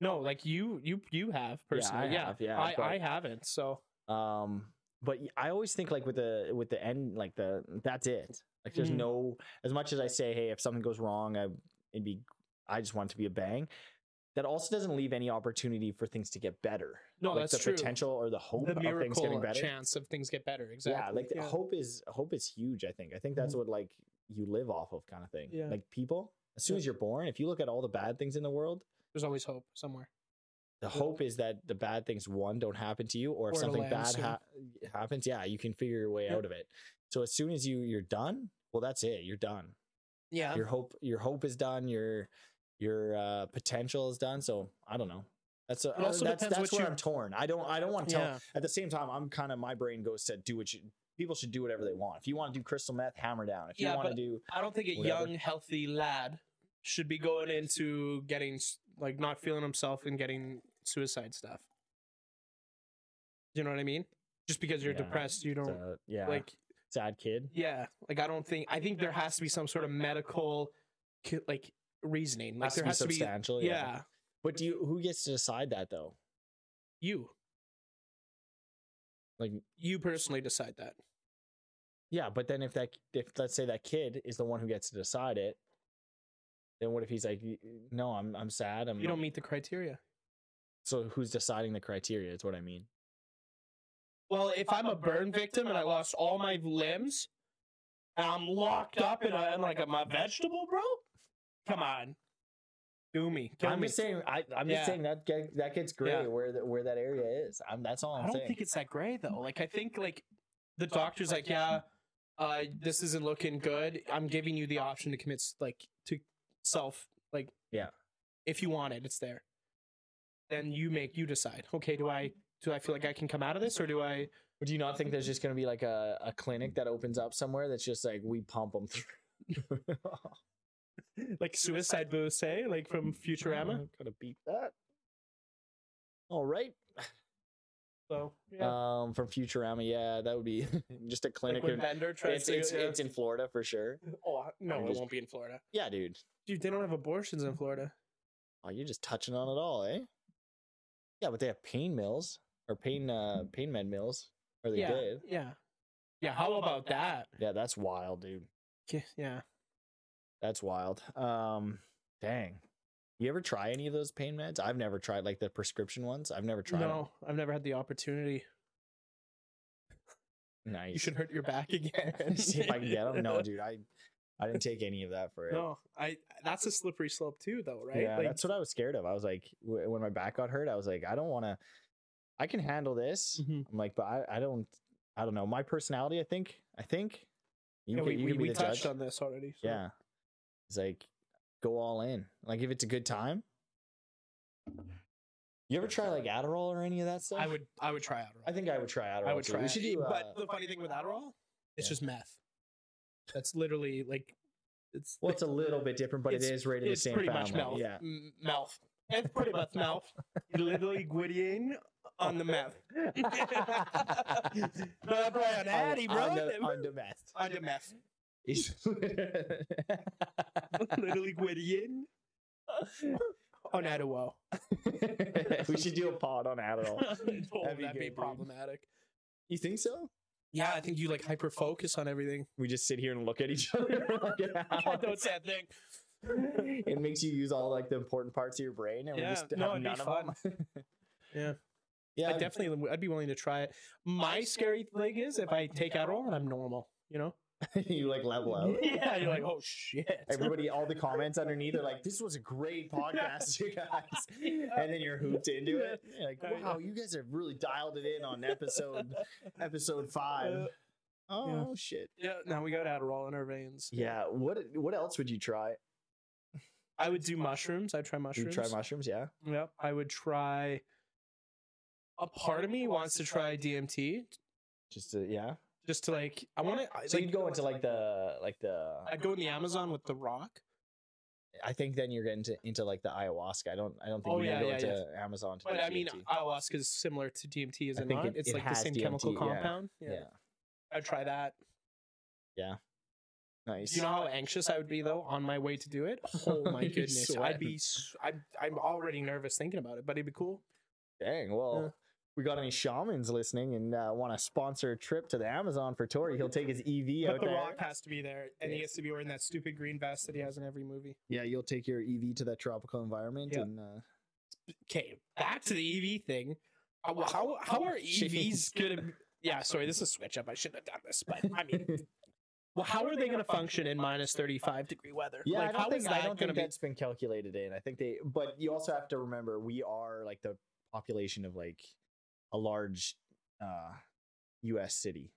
No, like you, you, you have personally.
I
Yeah,
have, yeah,
I,
but-
I haven't. So
um, but y- I always think like with the with the end, like the that's it. Like there's
Mhm.
no as much as I say, hey, if something goes wrong, I it'd be I just want it to be a bang. That also doesn't leave any opportunity for things to get better.
no,
like
that's
the
true.
potential or the hope
the
of things getting
miracle
better.
chance of things get better. Exactly.
Yeah, like the hope is hope is huge. I think. I think that's
Mhm.
what like you live off of, kind of thing.
Yeah.
Like people, as soon
Yeah.
as you're born, if you look at all the bad things in the world,
There's always hope somewhere.
the hope is that the bad things one don't happen to you, or if
Or it'll
something
end
bad
soon.
ha- happens, yeah, you can figure your way
Yeah.
out of it. So as soon as you you're done, well, that's it. You're done.
Yeah.
Your hope your hope is done. Your your uh, potential is done. So I don't know. That's a,
It also
that's
depends
that's
what
where
you-
I'm torn. I don't I don't want to tell
Yeah.
at the same time, I'm kind of my brain goes to do what you people should do whatever they want. If you want to do crystal meth, hammer down. If you
Yeah,
want to
but-
do
I don't think a
Whatever.
young, healthy lad should be going into getting s- like not feeling himself and getting suicide stuff. You know what I mean? Just because you're
Yeah,
depressed, you don't
uh, yeah,
like.
sad kid.
Yeah, like I don't think I think there has to be some sort of medical, ki- like reasoning. Like
Has to
there
be
has to be. Yeah.
substantial. But do you? Who gets to decide that though?
you
Like,
you personally decide that.
yeah. But then if that, if let's say that kid is the one who gets to decide it, then what if he's like, no, I'm, I'm sad. I'm.
You don't meet the criteria.
so who's deciding the criteria? Is what I mean.
Well, if I'm a burn victim and I lost all my limbs, and I'm locked up in, a, in like a, my vegetable, bro, come on, do me. Kill
I'm
me.
just saying. I, I'm
Yeah.
just saying that get, that gets gray
Yeah.
where the, where that area is. I'm, that's all I'm
I don't
saying.
think it's that gray though. Like I think like the doctor's like, yeah, uh, this isn't looking good. I'm giving you the option to commit s- like to self like
Yeah.
if you want it, it's there. Then you make you decide. Okay, do I do I feel like I can come out of this or do I?
Do you not think there's just going to be like a, a clinic that opens up somewhere that's just like we pump them through?
like suicide booth, say, like from Futurama.
I'm gonna beat that. All right.
So yeah,
Um, from Futurama, yeah, that would be just a
like
clinic.
when
in-
Bender tries
it's
to.
it's, it's in Florida for sure.
oh I- no,
I'm
it
just-
won't be in Florida.
Yeah, dude.
Dude, they don't have abortions in Florida.
Oh, you're just touching on it all, eh? Yeah, but they have pain mills or pain uh pain med mills, or they
yeah,
did.
yeah, yeah. How about that?
Yeah, that's wild, dude.
K- Yeah.
That's wild. Um, dang. You ever try any of those pain meds? I've never tried like the prescription ones. I've never tried. 'em.
No, I've never had the opportunity.
Nice.
You should hurt your back again.
see if I can get them. No, dude, I I didn't take any of that for it.
No, I. That's a slippery slope too, though, right?
Yeah,
Like,
that's what I was scared of. I was like, w- when my back got hurt, I was like, I don't want to. I can handle this.
Mhm.
I'm like, but I, I don't. I don't know. My personality, I think. I think. You
yeah,
can-
we,
you
we,
can be
we
the
touched
judge.
on this already. so-
Yeah. It's like, go all in. Like, if it's a good time. You ever try like Adderall or any of that stuff?
I would. I would try Adderall.
I think I would try Adderall.
I would
too.
try.
We should do. Uh,
but the funny thing with Adderall, it's
yeah.
just meth. That's literally like, it's.
well, it's a little bit different, but it's,
It's-
rated
it's
the same
pretty
family.
much mouth.
Yeah.
M- mouth. It's pretty much mouth. Literally Gwydion on the meth. No, bro, on Addy, bro.
On the, on the meth.
On the meth.
He's-
Literally Gwydion on Adderall.
we should do a pod on Adderall.
Oh,
That'd
that'd
be
be,
good, dude.
problematic.
You think so?
Yeah, I think you like hyper focus on everything.
We just sit here and look at each other. for like an hour.
Don't say a thing.
it makes you use all like the important parts of your brain, and
Yeah,
we just have
no, it'd be
none of them.
Yeah.
yeah,
I
I'd-
definitely, would- I'd be willing to try it. My scary thing is if I take Adderall and I'm normal, you know?
you like level out.
Yeah, you're like, oh shit.
Everybody, all the comments underneath are like, "This was a great podcast, you guys," and then you're hooped into it. You're like,
Oh, yeah.
wow, you guys have really dialed it in on episode episode
Uh,
five. Oh shit!
Yeah, now we got Adderall in our veins.
Yeah, what what else would you try?
I would do mushrooms. I'd try
You
mushrooms.
try mushrooms, yeah.
Yep. I would try. A part of me wants to try DMT
Just to, yeah.
just to like, I want to.
So you'd go into like the like the.
I'd go in the Amazon with the rock.
I think then you're getting to, into like the ayahuasca. I don't I don't think
Oh,
you
yeah,
go
yeah,
into Amazon. To
But
do
I mean, uh,
DMT.
ayahuasca is similar to DMT, is
I
it
think
not?
it-
it's
it
like the
has
same chemical
DMT, yeah.
compound.
yeah.
I'd try that.
nice.
You know how anxious I would be though on my way to do it. Oh my
You're
goodness, I'd
sweating.
be. s- I'm I'm already nervous thinking about it, but it'd be cool.
Dang. Well,
Yeah.
we got any shamans listening and uh, want to sponsor a trip to the Amazon for Tori? He'll take his EV out
but the
there.
Rock has to be there, and he has to be wearing that stupid green vest that he has in every movie.
Yeah, you'll take your EV to that tropical environment
Yeah.
and uh,
Okay, back to the EV thing. How how, how are EVs gonna? Yeah, sorry, this is a switch up. I shouldn't have done this, but I mean, well, how are they gonna function in minus thirty five degree weather?
Yeah,
like,
I don't
how
think,
is
I don't
gonna
think
be?
that's been calculated in. I think they, but you also have to remember we are like the population of like a large uh U.S. city.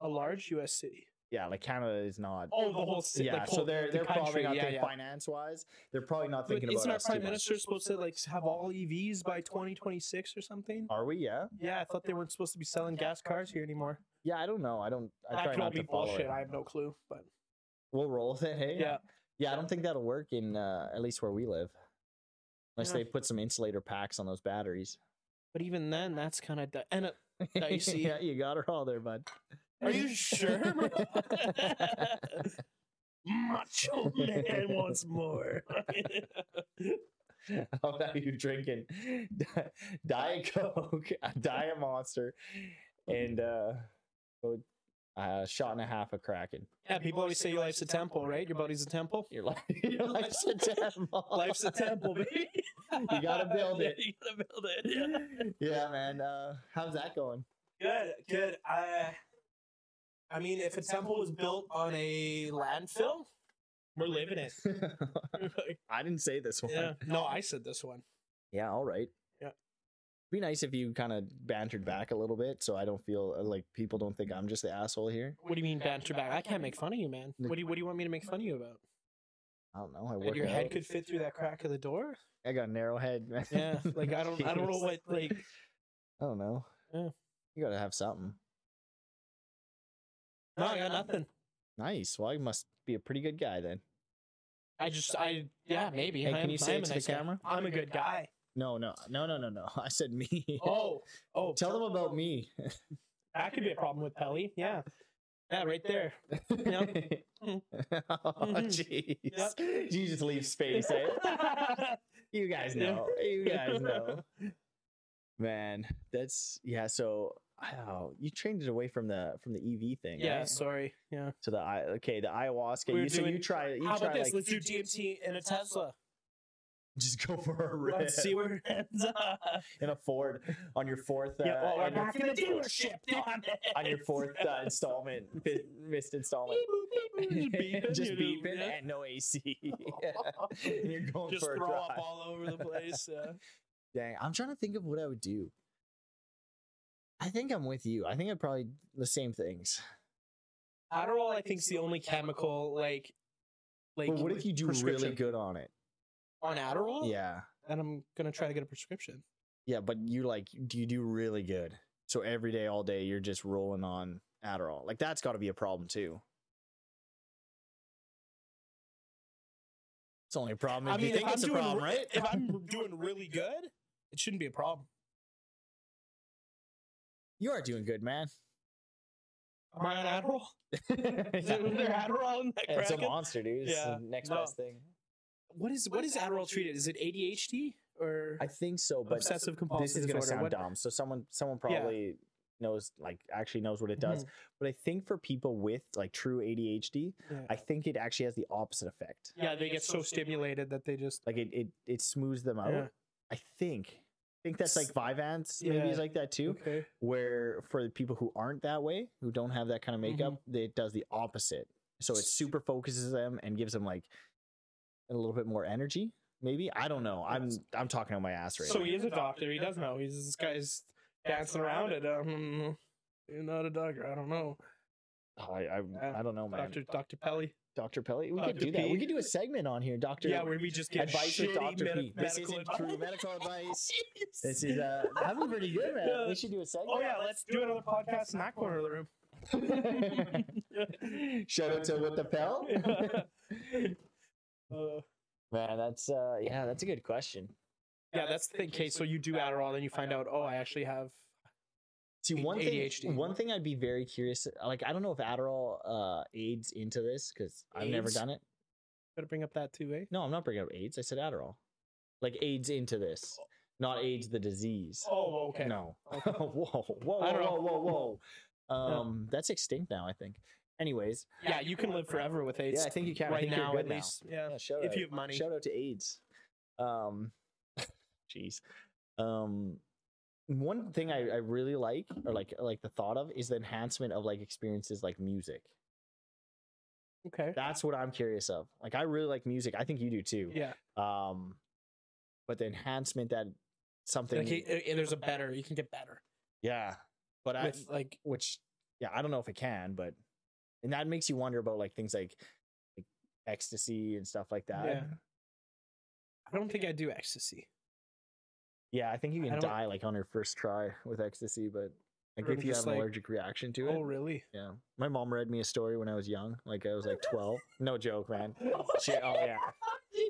a large U.S. city.
Yeah, like Canada is not.
Oh, the whole city.
yeah, so they're they're probably not
yeah,
thinking
yeah.
finance wise. They're probably not thinking
But isn't
about
our
us too
prime
much.
minister supposed to like have all EVs by 2026 or something?
Are we? Yeah,
Oh. Yeah, I thought they weren't supposed to be selling gas cars here anymore.
Yeah, I don't know. I don't. I try
that could all
not
be
to follow
bullshit.
it.
I have no clue. But
We'll roll with it. Hey.
yeah,
Yeah, I don't think that'll work in uh, at least where we live, unless
Yeah.
they put some insulator packs on those batteries.
but even then, that's kind of di- and it, Dicey.
yeah, you got her all there, bud.
Are you sure? bro? Macho man wants more.
How about you drinking Di- Diet Coke, a Diet Monster, and uh, oh, a shot and a half of Kraken?
yeah, people always say life's a temple, right? Your body's a temple.
Your life, your life's a temple.
Life's a temple, baby.
You gotta build it.
Yeah, you gotta build it. Yeah.
yeah, man. Uh, how's that going?
Good, good. I, I mean, if a temple was built on a landfill, we're living it.
I didn't say this one.
yeah. No, I said this one.
Yeah, all right.
Yeah.
Be nice if you kind of bantered back a little bit, so I don't feel uh, like people don't think I'm just the asshole here.
What do you mean banter back? I can't make fun of you, man.
Nick-
What do you What do you want me to make fun of you about?
I don't know. I
That
work
your
it
head
out.
could fit through that crack of the door?
I got a narrow head, man.
Yeah. Like I don't. I don't know
Jeez.
what. Like
I don't know.
Yeah.
You gotta have something.
no, I got nothing.
Nice. Well, I must be a pretty good guy then.
I just. I yeah. Maybe.
Hey,
I
can
am-
you
I
say
am a
it to the
nice guy.
camera?
I'm a good guy.
No, no, no, no, no, no. I said me.
Oh, oh.
Tell them about me.
That could be a problem with Pelly. Yeah. Yeah, right there. Yep. Mm-hmm.
oh, jeez.
Yep.
You just leave space. eh? You guys
Yeah.
know. You guys know. Man, that's yeah. So oh, you changed it away from the from the EV thing.
Yeah,
right?
sorry. Yeah.
So the I okay the ayahuasca.
We're
you, so
doing-
you try you
How
try
about this?
like
Let's do DMT in a Tesla.
just go for a rip
Let's see where it ends up.
in a Ford on your fourth. Uh,
yeah, well, we're
in your-
back in the dealership. damn it.
on your fourth uh, installment, fi- missed installment.
Beep, boop, beep, boop, just beeping,
just
you know,
beeping
yeah.
and no AC. And You're going
Just
for a
throw
drive.
up all over the place. Yeah.
Dang, I'm trying to think of what I would do. I think I'm with you. I think I'd probably do the same things.
Adderall, I think, is the only chemical like, like.
But what if you do really
prescription.
good on it?
on Adderall?
Yeah,
Then I'm gonna try to get a prescription.
yeah, but you like do you do really good? So every day, all day, you're just rolling on Adderall. Like that's got to be a problem too. It's only a problem if you think
if
it's
I'm
a
doing
problem,
re-
right?
If I'm doing really good, it shouldn't be a problem.
You are doing good, man.
Am I on Adderall? Is
Yeah.
there, was there Adderall in that
It's a
Kraken?
monster, dude. It's
Yeah,
the next
no.
best thing.
What is what is Adderall treated? Is it ADHD or
I think so, but
obsessive compulsive
this is
disorder?
gonna sound
What-
dumb. So someone someone
Yeah.
probably knows like actually knows what it does.
Mhm.
But I think for people with like true ADHD,
Yeah.
I think it actually has the opposite effect.
yeah, they get so stimulated that they just
Like it it it smooths them out.
Yeah.
I think. I think that's like Vyvanse maybe is
Yeah.
like that too.
okay.
Where for the people who aren't that way, who don't have that kind of makeup,
Mm-hmm.
it does the opposite. So it super focuses them and gives them like a little bit more energy. Maybe I don't know. I'm I'm talking on my ass right
So
now.
he is a doctor. He does know. He's this guy's dancing around it. Um, you're not a doctor. I don't know.
Oh, I, I,
Yeah.
I don't know, man.
Doctor Doctor Pelly.
Dr. Pelly. We could
Dr.
do that. We
P.
could do a segment on here, Doctor.
Yeah, where we just get
advice with
shitty
Dr.
med-
P. This
medical
isn't
advice.
true medical advice. This is uh, that'd be pretty good, man.
Yeah.
We should do a segment.
Oh yeah, let's do another podcast in that corner of the room.
Shout out to what the pell.
Uh,
Man, that's uh, yeah, that's a good question.
yeah, that's the thing. Okay, so you do Adderall, then you find out, oh, I actually have.
See,
A-
one
ADHD.
thing, one thing I'd be very curious. Like, I don't know if Adderall uh aids into this because I've never
AIDS?
done it.
Better bring up that too, eh?
No, I'm not bringing up AIDS. I said Adderall. Like AIDS into this, not AIDS the disease.
Oh, okay.
No. whoa, whoa, whoa,
I don't
whoa,
know.
whoa, whoa. Um, that's extinct now, I think. Anyways,
Yeah, you can live forever with AIDS.
yeah, I think you can I
right
think you're
now,
good
at least. Yeah.
Yeah, shout
Uh, if
out.
you have money.
Shout out to AIDS. Um, jeez. Um, one thing I, I really like, or like like the thought of, is the enhancement of like experiences like music.
Okay.
That's what I'm curious of. Like, I really like music. I think you do too.
Yeah.
Um, but the enhancement that something,
Like, i- i- there's a better. You can get better.
yeah. But I,
With, like
which yeah i don't know if it can but and that makes you wonder about like things like, like ecstasy and stuff like that
Yeah. I don't think I do ecstasy.
Yeah, i think you
I
can
don't-
die like on your first try with ecstasy but Like
Or
if you
just
have an
like-
allergic reaction to it.
Oh, really?
Yeah. My mom read me a story when I was young. Like I was like 12. No joke, man. She, oh yeah.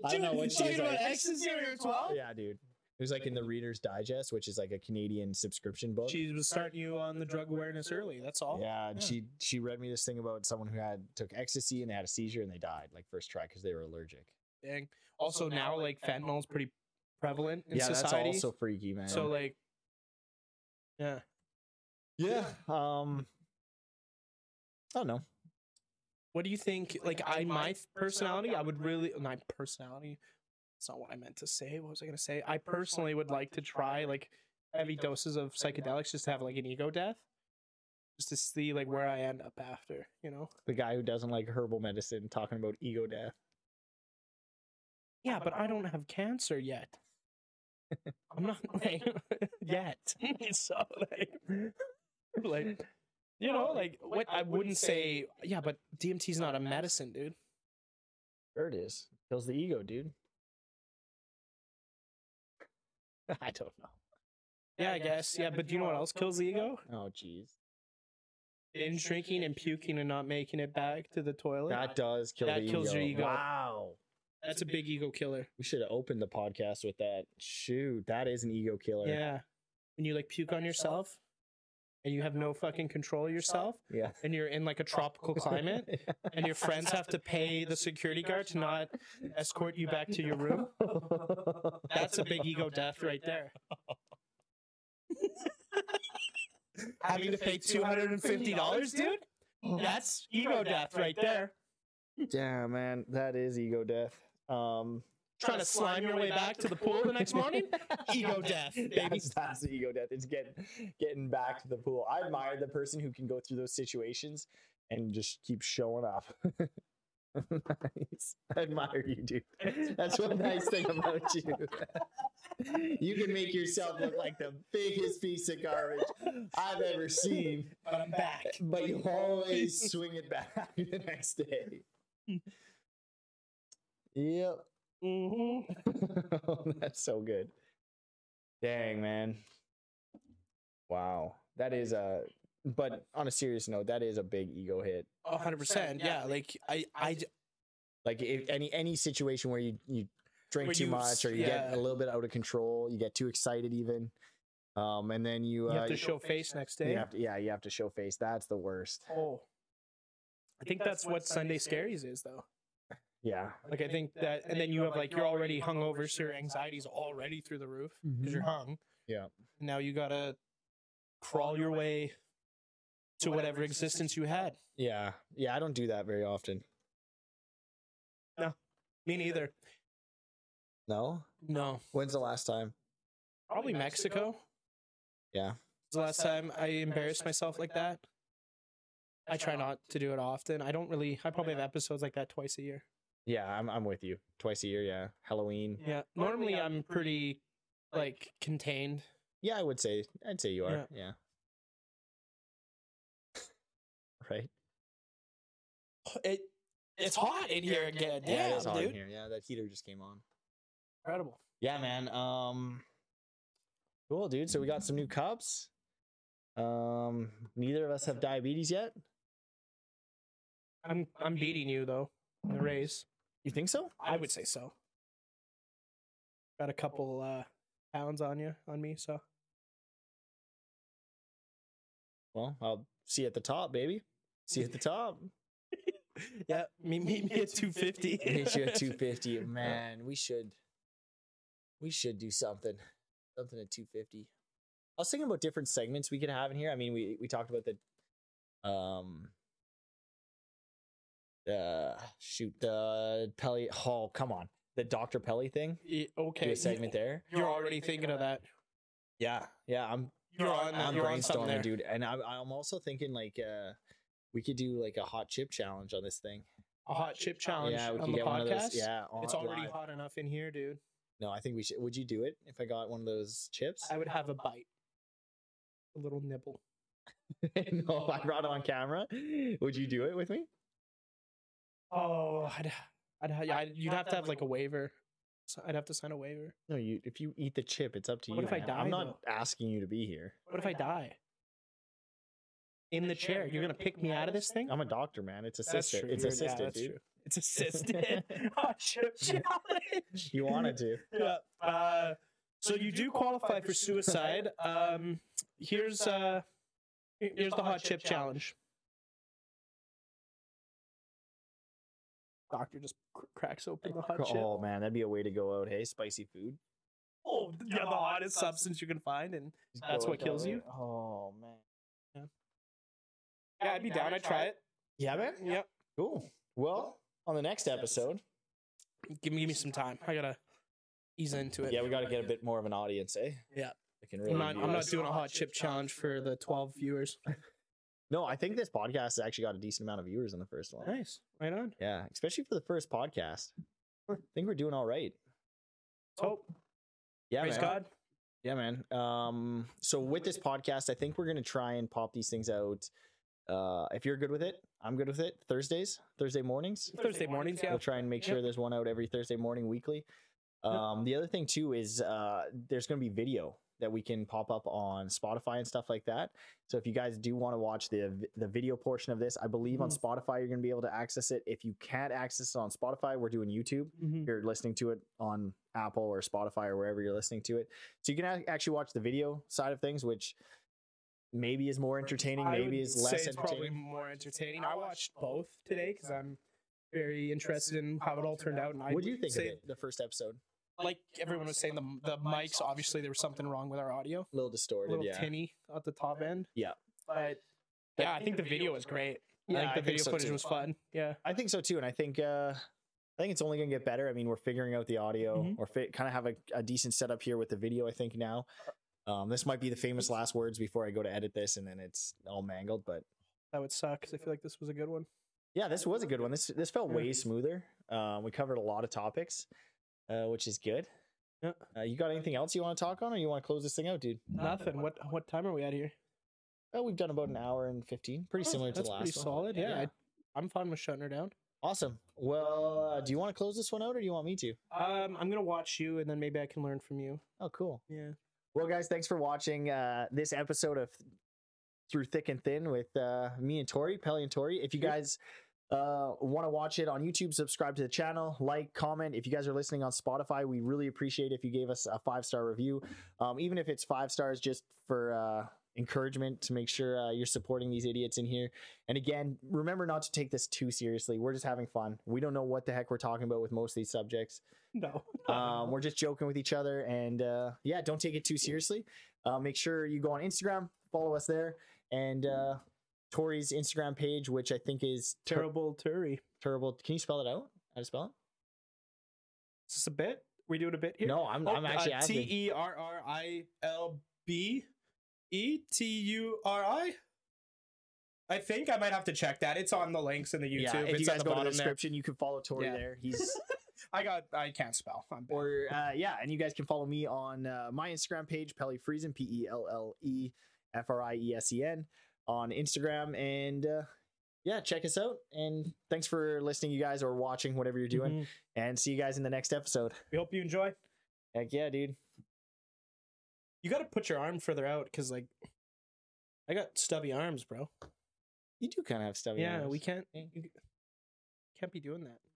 I don't know what she
Talking
was
about
like.
X's here as
Oh.
well?
Yeah, dude. It was like in the Reader's Digest, which is like a Canadian subscription book.
She was starting you on the drug awareness early. That's all.
yeah, and
Oh, Yeah.
she she read me this thing about someone who had took ecstasy and they had a seizure and they died like first try because they were allergic.
Dang. Also, now, like fentanyl is pretty prevalent in
yeah,
society.
that's also freaky, man.
so like, yeah.
yeah, um, I don't know.
What do you think? Like, I my personality, I would really my personality. That's not what I meant to say. What was I gonna say? I personally would like to try like heavy doses of psychedelics just to have like an ego death, just to see like where I end up after. You know?
The guy who doesn't like herbal medicine talking about ego death.
Yeah, but I don't have cancer yet. I'm not like yet. so like, like you know, like what I wouldn't say. Yeah, but DMT's not a medicine, dude.
Sure it is. Kills the ego, dude. I don't know.
Yeah, I guess. Yeah, but do you know what else kills the ego?
Oh, jeez.
Binge drinking and puking and not making it back to the toilet.
That does kill
That
the
kills
ego.
your ego.
Wow.
That's a big ego killer.
We should have opened the podcast with that. Shoot, that is an ego killer.
Yeah. When you like puke on yourself and you have no fucking control of yourself
Yeah.
and you're in like a tropical climate and your friends have to pay the security guard to not escort you back to your room. That's a big ego death right there. Having to pay $250, dude? That's ego death right there.
Damn, man. That is ego death. Um,
Trying to slime your way back to the pool the next morning? Ego death, baby.
That's, that's ego death. It's getting getting back to the pool. I admire the person who can go through those situations and just keep showing up. nice. I admire you, dude. That's one nice thing about you. you can make yourself look like the biggest piece of garbage I've ever seen,
But I'm back.
but you always swing it back the next day. Yep.
hmm
That's so good. Dang, man. Wow. That is a but on a serious note, that is a big ego hit.
100%. Yeah, like I, I, j-
Like if any any situation where you you drink
Where
too
you s-
much or you
yeah.
get a little bit out of control, you get too excited even. Um and then you,
you
uh,
have to show face next day.
you have to- yeah, you have to show face. That's the worst.
Oh. I think that's what Sunday Scaries is, though.
Yeah.
Like, I think that, and then you have like, you're already hungover, so your anxiety's already through the roof because you're hung.
Mm-hmm. Yeah.
Now you gotta crawl your way to whatever existence you had.
Yeah. Yeah, I don't do that very often.
Me neither.
No?
No.
When's the last time?
Probably Mexico.
Yeah.
was the last time I embarrassed myself like that. I try not to do it often. I don't really, I probably have episodes like that twice a year.
Yeah, I'm I'm with you. Twice a year, yeah. Halloween.
Yeah. Normally I'm pretty like contained.
Yeah, I would say I'd say you are. Yeah. right.
It, it's hot in here again.
it
Damn,
is hot in
dude.
here. Yeah, that heater just came on.
Incredible.
Yeah, man. Um Cool, dude. So we got some new cups. Um neither of us have diabetes yet.
I'm, I'm beating you though in the race.
You think so?
I would say so. Got a couple uh, pounds on you, on me. So
Well, I'll see you at the top, baby. See you at the top.
yeah, meet, meet me at 250.
Hit you at 250. Man, we should we should do something. Something at 250. I was thinking about different segments we could have in here. I mean, we we talked about the um the shoot the Pelly oh come on. The Dr. Pelly thing.
Yeah,
Do
okay.
a segment there.
You're already thinking of that.
Yeah. Yeah. I'm
You're on.
I'm
you're on something
brainstorming,
there.
dude. And I'm I'm also thinking like uh we could do like a hot chip challenge on this thing.
a hot chip challenge
yeah, we
on
could
the
get
podcast.
one of those. Yeah, on,
It's already
live.
hot enough in here, dude.
No, I think we should. Would you do it if I got one of those chips?
I would have a bite, a little nibble.
no, I brought it on camera. Would you do it with me?
Oh, I'd, I'd, ha- yeah, I'd you'd have to have like a waiver. So I'd have to sign a waiver.
No, you. If you eat the chip, it's up to
What
you.
if I
man.
die,
I'm not asking you to be here.
What if I die? in the chair. You're gonna pick me out of this thing.
I'm a doctor, man. It's
That's
assisted.
true.
It's
You're- yeah,
assisted,
that's
dude.
true. Oh, It's assisted hot chip challenge.
You wanted to.
Yeah. Uh, so you do qualify for suicide. Um, here's uh, here's the hot chip challenge. Doctor just cr- cracks open the hot chip.
Oh man, that'd be a way to go out. Hey, spicy food.
Oh, yeah, the hottest substance you can find, and
Just
That's
go
what
out
kills
there.
you?
Oh man.
yeah, I'd be down. I'd try it.
Yeah, man.
Yep.
Cool. Well, on the next episode,
Give me give me some time. I gotta ease into it.
yeah, we got to get a bit more of an audience, eh?
Yeah.
It can really.
I'm not.
be
I'm not
us.
doing a hot chip challenge for the 12 viewers.
No, I think this podcast has actually got a decent amount of viewers on the first one.
Nice. Right on.
Yeah, especially for the first podcast. I think we're doing all right.
Oh,
Yeah,
praise
man.
God.
Yeah, man. Um, so with this podcast, I think we're gonna try and pop these things out. Uh, if you're good with it, I'm good with it. Thursdays, Thursday mornings.
Thursday mornings. Yeah.
We'll try and make sure there's one out every Thursday morning weekly. Um, the other thing too is uh, there's going to be video that we can pop up on Spotify and stuff like that. So if you guys do want to watch the the video portion of this, I believe on
Mhm.
Spotify you're going to be able to access it. If you can't access it on Spotify, we're doing YouTube.
Mhm.
If you're listening to it on Apple or Spotify or wherever you're listening to it, so you can ac- actually watch the video side of things, which maybe is more entertaining,
I
maybe
would
is
say
less
it's probably
entertaining.
more entertaining. I watched both today because I'm very interested in how it all turned out. And I
What do you think of
say,
it? The first episode,
Like everyone was saying, the the mics obviously there was something wrong with our audio,
a little
a
distorted,
little
yeah.
tinny at the top end.
Yeah.
but yeah, I think the video was great. I
Yeah,
think the
I think
video
so
footage
too.
was fun. Yeah,
I think so too, and I think uh, I think it's only going to get better. I mean, we're figuring out the audio,
Mhm.
or fi- kind of have a, a decent setup here with the video. I think now, um, this might be the famous last words before I go to edit this, and then it's all mangled. But
that would suck because I feel like this was a good one.
yeah, this was a good one. This this felt
Yeah.
way smoother. Um, we covered a lot of topics, uh, which is good.
Yeah.
Uh, you got anything else you want to talk on, or you want to close this thing out, dude?
Nothing. What what time are we at here?
Oh, we've done about an hour and fifteen, pretty
Oh,
similar to
that's
the last.
pretty
one.
solid. Yeah, I, I'm fine with shutting her down.
awesome. Well, uh, do you want to close this one out, or do you want me to?
Um, I'm gonna watch you, and then maybe I can learn from you.
Oh, cool.
Yeah.
Well, guys, thanks for watching uh, this episode of Through Thick and Thin with uh, me and Tori, Pelly and Tori. If you
Yep.
guys uh, want to watch it on YouTube, subscribe to the channel, like, comment. If you guys are listening on Spotify, we really appreciate if you gave us a five star review, um, even if it's five stars, just for uh, encouragement to make sure uh, you're supporting these idiots in here. And again, remember not to take this too seriously. We're just having fun. We don't know what the heck we're talking about with most of these subjects.
No.
Um, we're just joking with each other, and uh, yeah, don't take it too seriously. Uh, make sure you go on Instagram, follow us there, and uh, Tori's Instagram page, which I think is ter-
terrible Turi.
terrible. Can you spell it out? How to spell it?
Is this a bit? We doing a bit here? Oh,
No, I'm, I'm actually asking.
T E R R I L B E T U R I. I think I might have to check that. It's on the links in the YouTube.
yeah, if
it's
you
on the
guys go to the
bottom there.
description, you can follow Tori
Yeah.
there. He's
I got. I can't spell. I'm bad.
or uh, yeah, and you guys can follow me on uh, my Instagram page, Pelly Friesen, P E L L E F R I E S E N, on Instagram, and uh, yeah, check us out. And thanks for listening, you guys, or watching whatever you're doing.
Mhm.
and see you guys in the next episode.
We hope you enjoy.
Heck yeah, dude.
You got to put your arm further out because like. I got stubby arms, bro.
You do kind of have stuff.
yeah, we can't
Yeah.
can't be doing that.